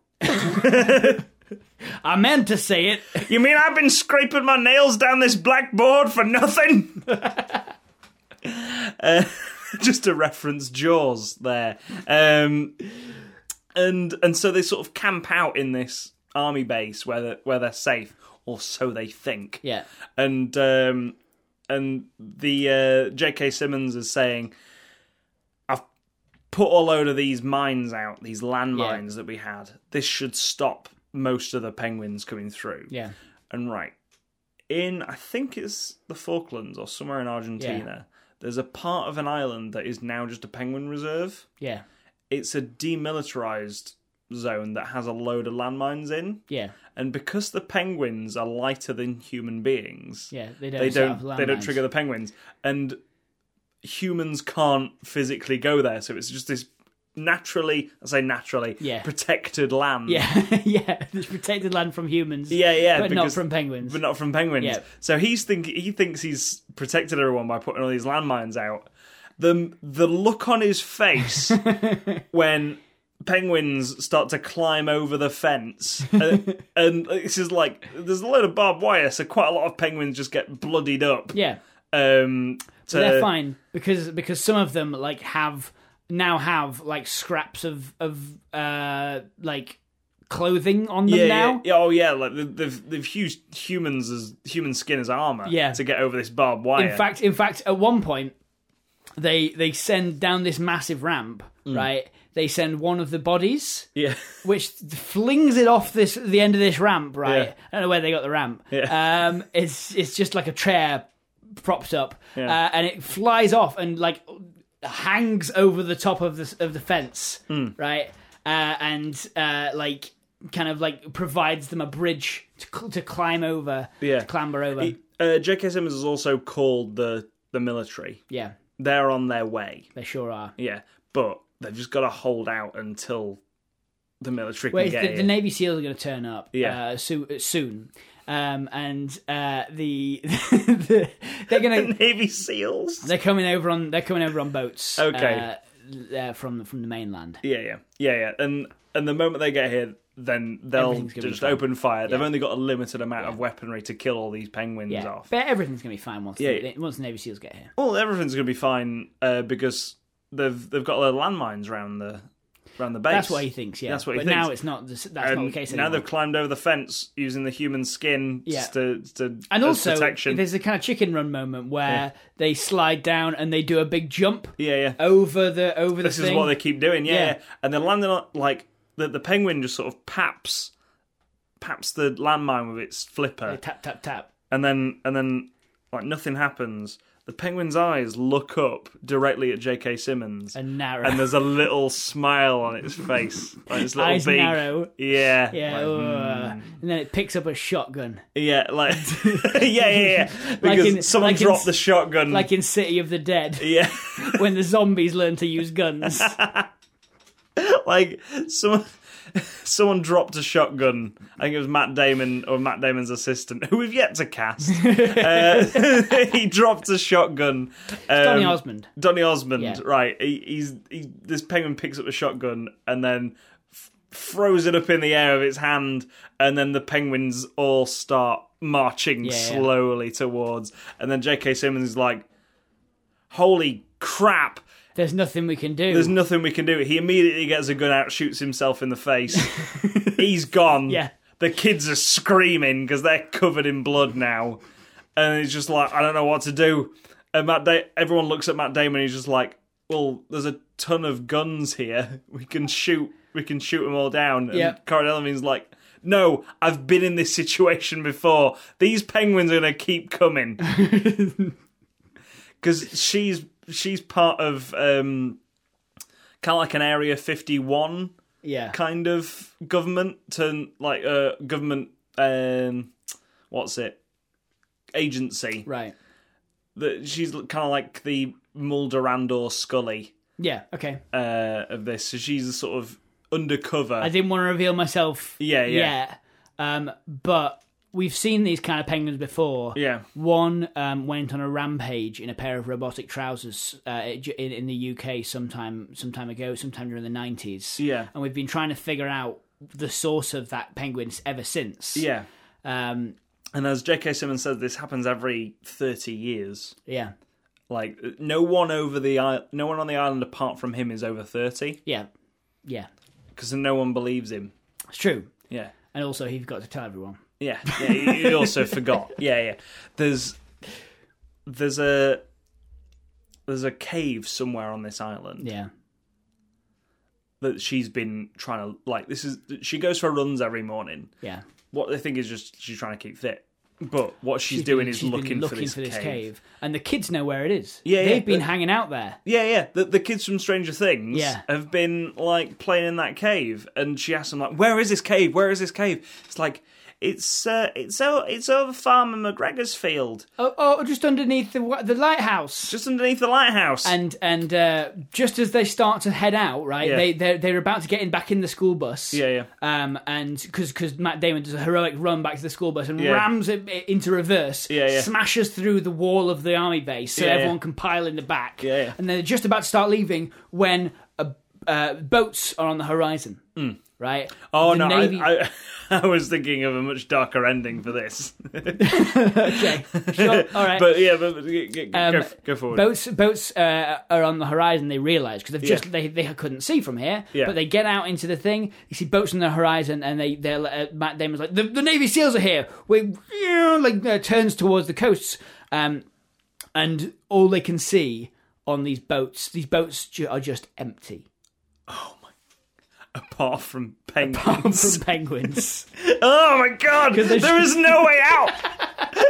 S2: I meant to say it."
S1: you mean I've been scraping my nails down this blackboard for nothing? Uh, just a reference Jaws there. Um, and and so they sort of camp out in this army base where they're, where they're safe, or so they think.
S2: Yeah.
S1: and um, and the uh, J.K. Simmons is saying, "I've put a load of these mines out, these landmines that we had. This should stop most of the penguins coming through."
S2: Yeah.
S1: and right in I think it's the Falklands or somewhere in Argentina. There's a part of an island that is now just a penguin reserve.
S2: Yeah.
S1: It's a demilitarized zone that has a load of landmines in.
S2: Yeah.
S1: And because the penguins are lighter than human beings,
S2: Yeah. They don't.
S1: they
S2: set up
S1: don't they don't
S2: landmines.
S1: trigger the penguins and humans can't physically go there so it's just this naturally i say naturally
S2: Yeah.
S1: protected land
S2: Yeah. yeah. It's protected land from humans.
S1: yeah yeah
S2: But not
S1: because-
S2: from penguins.
S1: but not from penguins
S2: Yeah.
S1: so he's think he thinks he's protected everyone by putting all these landmines out the the look on his face when penguins start to climb over the fence and, and this is like there's a load of barbed wire so quite a lot of penguins just get bloodied up
S2: yeah.
S1: um to,
S2: They're fine because because some of them like have now have like scraps of of uh like clothing on them
S1: yeah,
S2: now.
S1: yeah, yeah, oh yeah, like they've- they've they've used humans as human skin as armor,
S2: Yeah.
S1: to get over this barbed wire.
S2: In fact, in fact, at one point, they they send down this massive ramp,
S1: Mm.
S2: right? They send one of the bodies,
S1: yeah,
S2: which flings it off this the end of this ramp, right?
S1: Yeah.
S2: I don't know where they got the ramp.
S1: Yeah.
S2: Um, it's it's just like a chair propped up,
S1: Yeah.
S2: uh, and it flies off and like hangs over the top of the of the fence,
S1: Mm.
S2: right? Uh, and uh, like kind of like provides them a bridge to, cl- to climb over,
S1: Yeah.
S2: to clamber over,
S1: uh, J.K. Simmons has also called the the military.
S2: yeah.
S1: They're on their way.
S2: They sure are.
S1: Yeah, but they've just got to hold out until the military can
S2: Wait,
S1: get
S2: the, the
S1: here.
S2: Navy SEALs are going to turn up
S1: Yeah.
S2: uh, so, uh, soon. Um, and uh, the, the they're going to
S1: Navy SEALs.
S2: they're coming over on they're coming over on boats.
S1: Okay.
S2: uh, uh, from from the mainland.
S1: Yeah, yeah, yeah, yeah. And and the moment they get here, then they'll
S2: Everything's gonna be
S1: just
S2: fine.
S1: open fire. They've only got a limited amount of weaponry to kill all these penguins
S2: Yeah,
S1: off.
S2: but everything's going to be fine once
S1: Yeah,
S2: the,
S1: yeah.
S2: once the Navy SEAls get here.
S1: Well, everything's going to be fine uh, because they've they've got their landmines round the round the base.
S2: That's what he thinks. Yeah,
S1: That's what he
S2: but
S1: thinks.
S2: now it's not. the- That's not
S1: And
S2: the case
S1: now
S2: anymore.
S1: they've climbed over the fence using the human skin
S2: Yeah.
S1: to to
S2: and
S1: as
S2: also,
S1: protection.
S2: there's a kind of chicken run moment where they slide down and they do a big jump
S1: Yeah, yeah.
S2: over the over
S1: this
S2: the
S1: is
S2: thing.
S1: what they keep doing. Yeah,
S2: Yeah.
S1: yeah. and they're landing on like the the penguin just sort of paps paps the landmine with its flipper.
S2: tap tap tap.
S1: and then and then like nothing happens. The penguin's eyes look up directly at J.K. Simmons,
S2: And narrow.
S1: and there's a little smile on its face, like its little
S2: Eyes
S1: beak.
S2: narrow.
S1: Yeah,
S2: Yeah,
S1: like, hmm.
S2: uh, and then it picks up a shotgun,
S1: yeah, like yeah, yeah, yeah. Because
S2: in-
S1: someone
S2: like in
S1: dropped
S2: s-
S1: the shotgun.
S2: like in City of the Dead,
S1: yeah,
S2: when the zombies learn to use guns.
S1: like someone. Someone dropped a shotgun. I think it was Matt Damon or Matt Damon's assistant, who we've yet to cast. uh, he dropped a shotgun.
S2: Donny
S1: um,
S2: Osmond.
S1: Donny Osmond,
S2: Yeah.
S1: right? He, he's he, this penguin picks up a shotgun and then f- throws it up in the air of its hand, and then the penguins all start marching
S2: yeah.
S1: slowly towards, and then J.K. Simmons is like, "Holy crap!"
S2: There's nothing we can do.
S1: There's nothing we can do. He immediately gets a gun out, shoots himself in the face. He's gone.
S2: Yeah.
S1: The kids are screaming because they're covered in blood now. And it's just like, I don't know what to do. And Matt da- everyone looks at Matt Damon he's just like, Well, there's a ton of guns here. We can shoot we can shoot them all down. And
S2: Yeah.
S1: Corrin Elvin's like, No, I've been in this situation before. These penguins are gonna keep coming. Cause she's she's part of um kind of like an Area 51
S2: yeah,
S1: kind of government to like uh, government um what's it agency
S2: right.
S1: that she's kind of like the Mulder and or Scully
S2: Yeah, okay.
S1: uh, of this so she's a sort of undercover
S2: I didn't want to reveal myself.
S1: Yeah, yeah.
S2: yet, Um, but we've seen these kind of penguins before.
S1: yeah
S2: One um, went on a rampage in a pair of robotic trousers uh, in, in the UK sometime some time ago, sometime during the nineties.
S1: Yeah.
S2: and we've been trying to figure out the source of that penguin ever since.
S1: yeah
S2: um,
S1: and as J.K. Simmons says this happens every 30 years
S2: yeah,
S1: like no one over the i- no one on the island apart from him is over 30
S2: yeah, yeah.
S1: because no one believes him
S2: It's true.
S1: yeah
S2: And also, he's got to tell everyone.
S1: Yeah, yeah you you also forgot. Yeah, yeah. There's there's a there's a cave somewhere on this island
S2: Yeah,
S1: that she's been trying to like. This is she goes for runs every morning.
S2: yeah.
S1: What they think is just she's trying to keep fit. But what she's, doing
S2: been-
S1: is
S2: she's
S1: looking,
S2: been
S1: for, this cave.
S2: and the kids know where it is.
S1: Yeah,
S2: they've
S1: yeah,
S2: been
S1: but-
S2: hanging out there.
S1: Yeah, yeah. The, the kids from Stranger Things
S2: Yeah.
S1: have been like playing in that cave, and she asks them like, "Where is this cave? Where is this cave?" It's like it's uh, it's o- it's over Farmer McGregor's field,
S2: Oh, oh just underneath the wa- the lighthouse.
S1: just underneath the lighthouse.
S2: and and uh, just as they start to head out, right?
S1: Yeah.
S2: They they're, they're about to get in back in the school bus.
S1: yeah, yeah.
S2: Um, and because because Matt Damon does a heroic run back to the school bus and
S1: Yeah.
S2: rams it into reverse,
S1: Yeah, yeah.
S2: smashes through the wall of the army base so
S1: Yeah, yeah.
S2: everyone can pile in the back.
S1: Yeah, yeah.
S2: And they're just about to start leaving when a, uh, boats are on the horizon, right?
S1: Hmm. Oh
S2: The
S1: no,
S2: Navy-
S1: I, I, I was thinking of a much darker ending for this.
S2: okay, sure, all right.
S1: But yeah, but, but g- g- go,
S2: Uh, Um,
S1: f- go forward.
S2: Boats, boats uh, are on the horizon. They realise because they've just they, they couldn't see from here.
S1: Yeah.
S2: But they get out into the thing. You see boats on the horizon, and they they uh, Matt Damon's like the, the Navy SEALs are here. We like uh, turns towards the coasts, um, and all they can see on these boats, these boats ju- are just empty.
S1: Apart from penguins.
S2: From penguins,
S1: oh my god, there is no way out.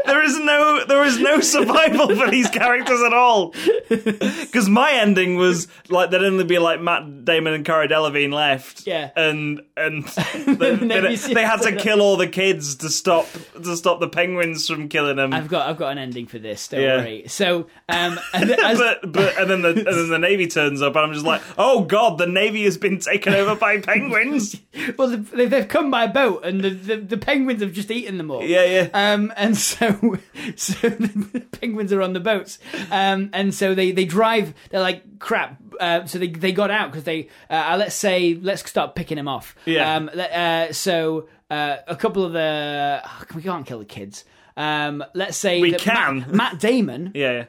S1: There is no there is no survival for these characters at all. Because my ending was like there'd only be like Matt Damon and Cara Delevingne left.
S2: Yeah.
S1: and and they,
S2: then
S1: they-
S2: you see
S1: they had to
S2: them.
S1: kill all the kids to stop to stop the penguins from killing them.
S2: I've got I've got an ending for this. Don't
S1: Yeah.
S2: worry. So um, and as,
S1: but but and then the and then the navy turns up and I'm just like, oh god, the navy has been taken over by penguins.
S2: well, they- they've come by boat, and the, the, the penguins have just eaten them all.
S1: Yeah, yeah.
S2: Um, and so, so the penguins are on the boats, um, and so they, they drive. They're like crap. Uh, so they they got out because they uh, let's say let's start picking them off.
S1: Yeah.
S2: Um, le- uh, so uh, a couple of the oh, we can't kill the kids. Um, let's say
S1: We
S2: that
S1: can.
S2: Matt, Matt Damon.
S1: yeah, yeah.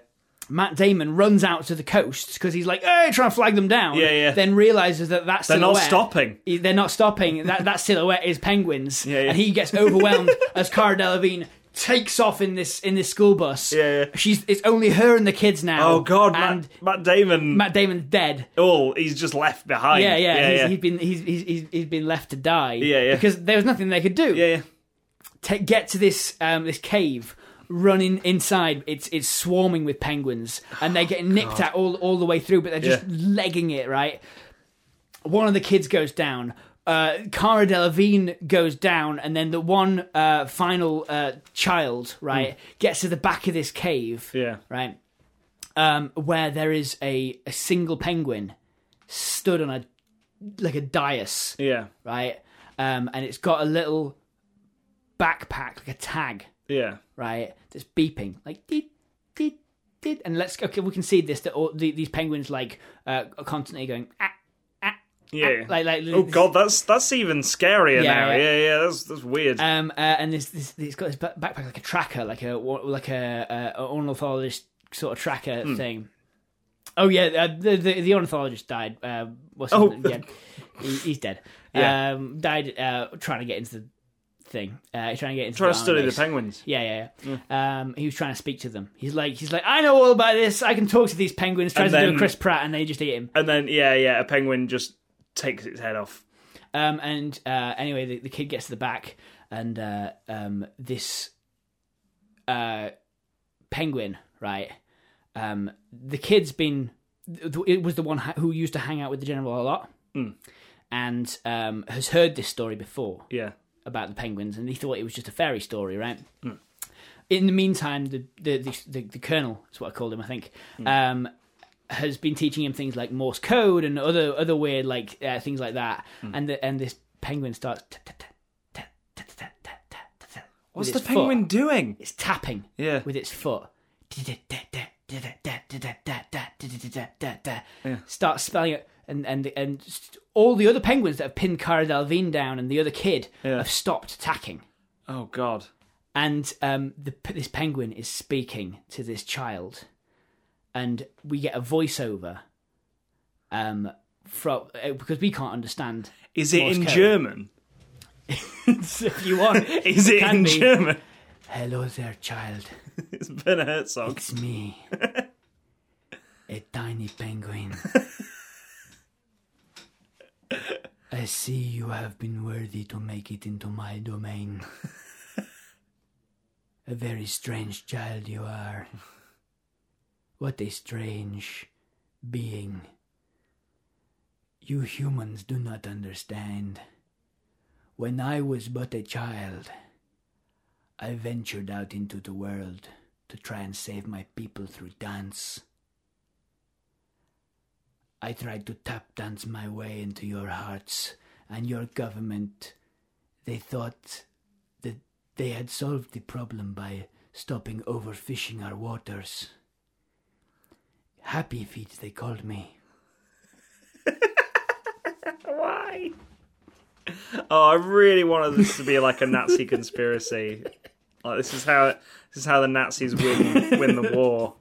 S2: Matt Damon runs out to the coast because he's like, hey, trying to flag them down.
S1: Yeah, yeah.
S2: Then realizes that that's
S1: They're not stopping.
S2: They're not stopping. That that silhouette is penguins.
S1: Yeah, yeah.
S2: And he gets overwhelmed as Cara Delevingne takes off in this in this school bus.
S1: Yeah, yeah.
S2: She's it's only her and the kids now.
S1: Oh god,
S2: And
S1: Matt, Matt Damon.
S2: Matt Damon's dead.
S1: oh, he's just left behind.
S2: Yeah, yeah.
S1: Oh, yeah,
S2: he's,
S1: yeah.
S2: he's been he's, he's he's he's been left to die.
S1: Yeah, yeah.
S2: Because there was nothing they could do.
S1: yeah, yeah.
S2: Ta get to this um, this cave. Running inside, it's it's swarming with penguins, and they're getting nipped at all all the way through. But they're just
S1: Yeah.
S2: legging it right. One of the kids goes down. Uh, Cara Delevingne goes down, and then the one uh, final uh, child right gets to the back of this cave.
S1: Yeah.
S2: right, um, where there is a a single penguin stood on a like a dais
S1: Yeah.
S2: right? Um, and it's got a little backpack, like a tag,
S1: Yeah.
S2: right? That's beeping, like did did did. And let's okay, we can see this that all the, these penguins like uh, are constantly going ah,
S1: Yeah.
S2: like like.
S1: oh god, that's that's even scarier
S2: Yeah,
S1: now. Yeah,
S2: yeah.
S1: yeah, that's that's weird.
S2: Um, uh, and this, this, it's got this ba- backpack like a tracker, like a like a, uh, ornithologist sort of tracker
S1: Hmm.
S2: thing. Oh yeah, uh, the, the the ornithologist died. Uh, what's his
S1: Oh.
S2: name? Yeah, he, he's dead.
S1: Yeah.
S2: Um, died uh, trying to get into the thing. Uh, trying to get into
S1: Trying
S2: the
S1: to study
S2: army
S1: the
S2: base.
S1: penguins.
S2: Yeah, yeah, yeah. Um, he was trying to speak to them. He's like, he's like, I know all about this. I can talk to these penguins. Tries
S1: And
S2: to do
S1: then-
S2: a Chris Pratt, and they just eat him.
S1: And then yeah, yeah, a penguin just takes its head off.
S2: Um, and uh, anyway, the, the kid gets to the back, and uh, um, this uh, penguin, right? Um, the kid's been. th- It was the one ha- who used to hang out with the general a lot,
S1: Hmm.
S2: and um, has heard this story before
S1: Yeah.
S2: about the penguins, and he thought it was just a fairy story, right? In the meantime, the the, the the the colonel, that's what I called him, I think, um, has been teaching him things like Morse code and other other weird like uh, things like that, and the, and this penguin starts. t- t- t- t- t- t- t- t- t-
S1: What's
S2: with
S1: the
S2: its foot.
S1: penguin doing?
S2: It's tapping
S1: Yeah.
S2: with its foot. Start spelling it, and and and st- all the other penguins that have pinned Cara Delevingne down and the other kid
S1: Yeah.
S2: have stopped attacking,
S1: Oh god.
S2: and um, the, p- this penguin is speaking to this child, and we get a voiceover, um, from uh, because we can't understand.
S1: Is it
S2: Morse
S1: in
S2: code.
S1: German?
S2: So if you want,
S1: Is it
S2: can
S1: in
S2: be.
S1: German?
S2: hello there, child.
S1: It's Werner Herzog.
S2: It's me, a tiny penguin. I see you have been worthy to make it into my domain. A very strange child you are. What a strange being. You humans do not understand. When I was but a child, I ventured out into the world to try and save my people through dance. I tried to tap dance my way into your hearts and your government. They thought that they had solved the problem by stopping overfishing our waters. Happy feet, they called me.
S1: Why? Oh, I really wanted this to be like a Nazi conspiracy. Like this is how this is how the Nazis win win the war.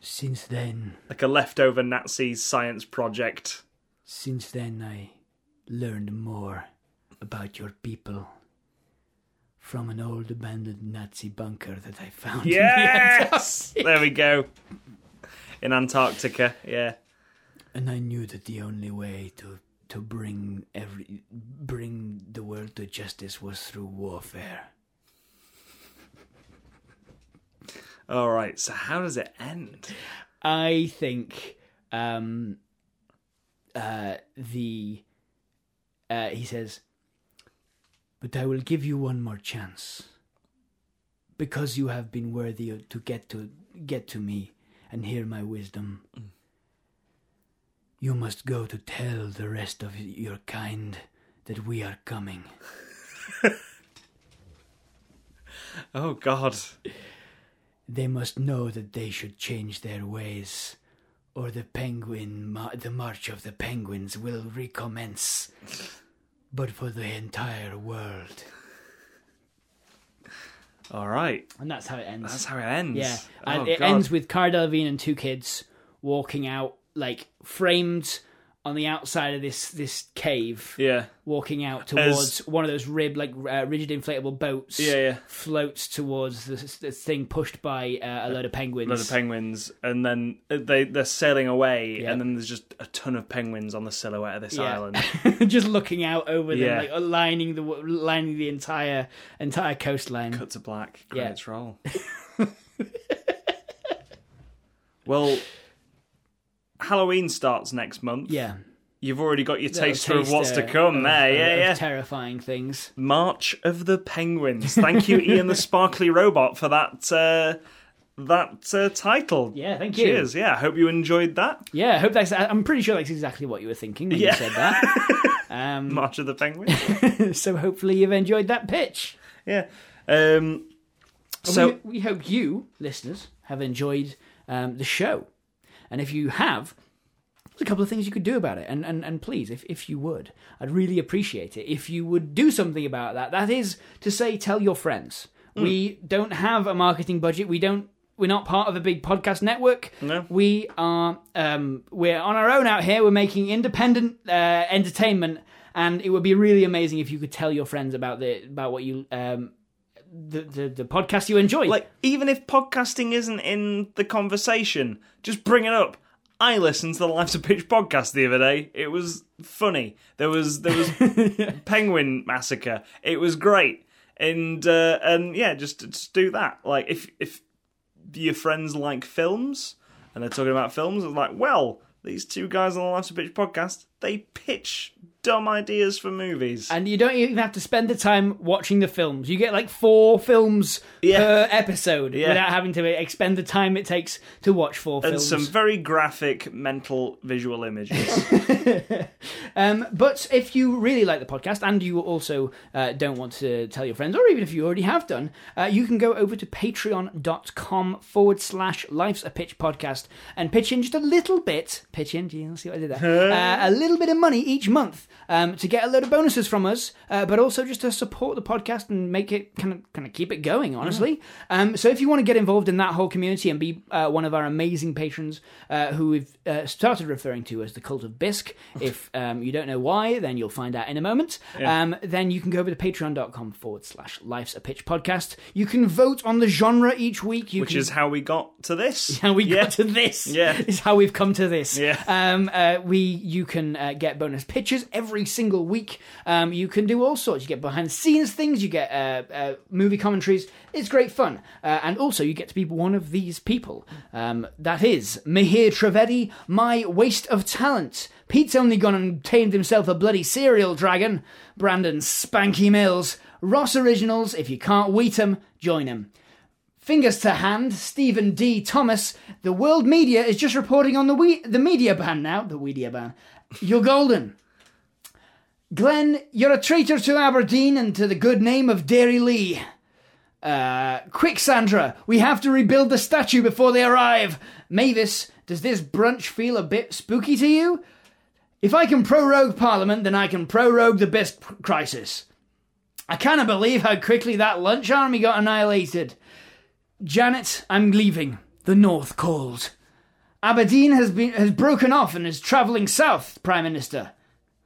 S2: Since then,
S1: Like a leftover Nazi science project.
S2: Since then, I learned more about your people from an old abandoned Nazi bunker that I found. in the
S1: Yes. there we go. In Antarctica. Yeah.
S2: and I knew that the only way to to bring every bring the world to justice was through warfare.
S1: All right. So how does it end?
S2: I think um, uh, the uh, he says, "But I will give you one more chance because you have been worthy of- to get to get to me and hear my wisdom. You must go to tell the rest of your kind that we are coming."
S1: Oh God.
S2: They must know that they should change their ways, or the penguin, mar- the march of the penguins will recommence. But for the entire world,
S1: All right.
S2: and that's how it ends.
S1: That's how it ends.
S2: yeah,
S1: Oh,
S2: and it
S1: God.
S2: ends with Cara Delevingne and two kids walking out, like framed on the outside of this this cave,
S1: Yeah.
S2: walking out towards one of those rib like uh, rigid inflatable boats.
S1: Yeah. Yeah.
S2: floats towards this, this thing pushed by uh, a load of penguins.
S1: load of penguins, and then they they're sailing away,
S2: Yeah.
S1: and then there's just a ton of penguins on the silhouette of this
S2: Yeah.
S1: island.
S2: just looking out over
S1: Yeah.
S2: them, like uh, lining the lining the entire entire coastline.
S1: Cut to black,
S2: Yeah.
S1: credits roll. well, Halloween starts next month.
S2: Yeah,
S1: You've already got your
S2: Little
S1: taster of what's to
S2: taster
S1: come
S2: of-
S1: there.
S2: of-
S1: yeah,
S2: of
S1: yeah.
S2: Terrifying things.
S1: March of the Penguins. Thank you, Ian the Sparkly Robot, for that. Uh, that uh, title.
S2: Yeah, thank you.
S1: Cheers. Yeah, I hope you enjoyed that.
S2: Yeah, I hope that's. I- I'm pretty sure that's exactly what you were thinking when
S1: Yeah.
S2: you said that. Um,
S1: March of the Penguins.
S2: so hopefully you've enjoyed that pitch.
S1: yeah. Um, so
S2: we, we hope you listeners have enjoyed um, the show, and if you have. There's a couple of things you could do about it, and and, and please, if, if you would, I'd really appreciate it if you would do something about that. That is to say, tell your friends.
S1: Hmm.
S2: We don't have a marketing budget. We don't. We're not part of a big podcast network.
S1: No.
S2: We are. Um, we're on our own out here. We're making independent uh, entertainment, and it would be really amazing if you could tell your friends about the about what you um, the, the the podcast you enjoy.
S1: like even if podcasting isn't in the conversation just bring it up i listened to the life to pitch podcast the other day it was funny there was there was penguin massacre it was great and uh, and yeah just, just do that like if if your friends like films and they're talking about films it's like well these two guys on the life to pitch podcast they pitch dumb ideas for movies
S2: And you don't even have to spend the time watching the films. You get like four films
S1: Yeah.
S2: per episode
S1: Yeah.
S2: without having to expend the time it takes to watch four
S1: and
S2: films.
S1: some very graphic mental visual images
S2: Um, but if you really like the podcast and you also uh, don't want to tell your friends, or even if you already have done, uh, you can go over to patreon.com forward slash life's a pitch podcast and pitch in just a little bit. Pitch in, do you see what I did there? uh, a little bit of money each month um, to get a load of bonuses from us, uh, but also just to support the podcast and make it kind of kind of keep it going, honestly. Um, so if you want to get involved in that whole community and be uh, one of our amazing patrons uh, who we've uh, started referring to as the Cult of Bisque, if um, you don't know why, then you'll find out in a moment. Um, then you can go over to patreon.com forward slash life's a pitch podcast. You can vote on the genre each week. You
S1: which
S2: can
S1: is how we got to this.
S2: how we
S1: yeah.
S2: got to this.
S1: Yeah.
S2: is how we've come to this.
S1: Yeah.
S2: Um, uh, we you can uh, get bonus pictures every single week. Um, you can do all sorts. You get behind the scenes things. You get uh, uh, movie commentaries. It's great fun, uh, and also you get to be one of these people. Um, that is Mihir Trevedi, my waste of talent. Pete's only gone and tamed himself a bloody cereal dragon. Brandon Spanky Mills. Ross Originals, if you can't wheat 'em, join 'em. Fingers to hand, Stephen D. Thomas. The world media is just reporting on the we- the media ban now. The media ban. You're golden. Glenn, you're a traitor to Aberdeen and to the good name of Derry Lee. Uh, quick, Sandra, we have to rebuild the statue before they arrive. Mavis, does this brunch feel a bit spooky to you? If I can prorogue Parliament, then I can prorogue the best crisis. I cannot believe how quickly that lunch army got annihilated. Janet, I'm leaving. The North calls. Aberdeen has been has broken off and is travelling south, Prime Minister.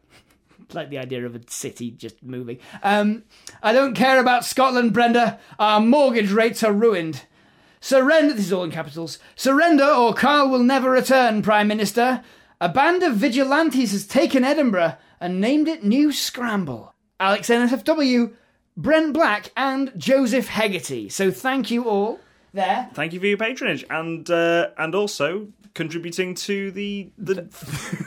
S2: like the idea of a city just moving. Um, I don't care about Scotland, Brenda. Our mortgage rates are ruined. Surrender. This is all in capitals. Surrender, or Carl will never return, Prime Minister. A band of vigilantes has taken Edinburgh and named it New Scramble. Alex NSFW, Brent Black, and Joseph Hegarty. So thank you all. there.
S1: Thank you for your patronage and uh, and also contributing to the the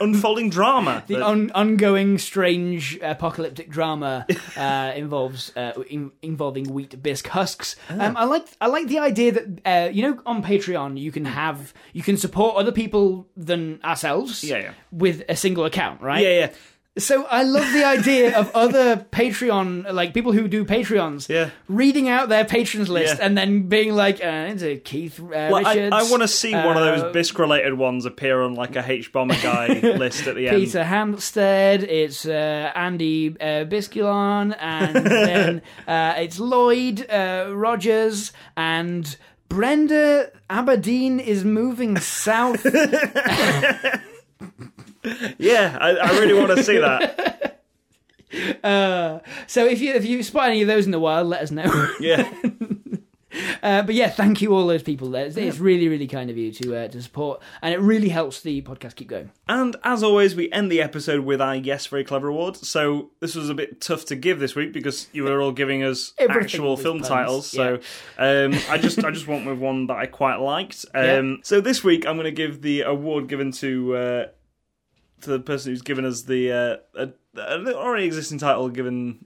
S1: unfolding drama.
S2: The
S1: that-
S2: on, ongoing strange apocalyptic drama uh, involves uh, in, involving wheat bisque husks.
S1: Ah.
S2: Um, I like I like the idea that uh, you know on Patreon you can have you can support other people than ourselves.
S1: Yeah, yeah.
S2: With a single account, right?
S1: yeah, yeah.
S2: So I love the idea of other Patreon, like people who do Patreons,
S1: Yeah.
S2: reading out their patrons list
S1: Yeah.
S2: and then being like, uh, it's a Keith uh,
S1: Well, I,
S2: Richards.
S1: I want to see one of
S2: uh,
S1: those bisque related ones appear on like a H bomber guy list at the end.
S2: Peter Hampstead, it's uh, Andy uh, Bisculon, and then uh, it's Lloyd uh, Rogers, and Brenda Aberdeen is moving south.
S1: Yeah, I, I really want to see that.
S2: uh, so if you if you spot any of those in the wild, let us know.
S1: Yeah,
S2: Uh, but yeah, thank you all those people. there. It's, it's really really kind of you to uh, to support, and it really helps the podcast keep going.
S1: and as always, we end the episode with our yes, very clever award. So this was a bit tough to give this week because you were all giving us
S2: Everything
S1: actual
S2: was
S1: film
S2: puns,
S1: titles. So um, I just I just went with one that I quite liked. Um,
S2: Yeah.
S1: So this week I'm going to give the award given to uh, to the person who's given us the uh, a, an already existing title given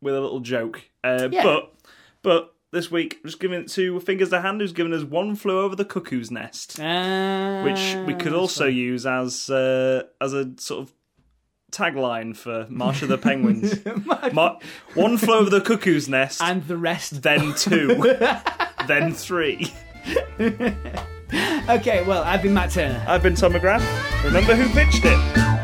S1: with a little joke. Uh,
S2: Yeah.
S1: But but this week I'm just giving it to Fingers the Hand who's given us one flew over the cuckoo's nest.
S2: Uh,
S1: which we could also use as uh, as a sort of tagline for March of the Penguins. Mar- one flow of the cuckoo's nest,
S2: and the rest.
S1: then two, then three.
S2: Okay, well I've been Matt Turner.
S1: I've been Tom McGrath. Remember who pitched it?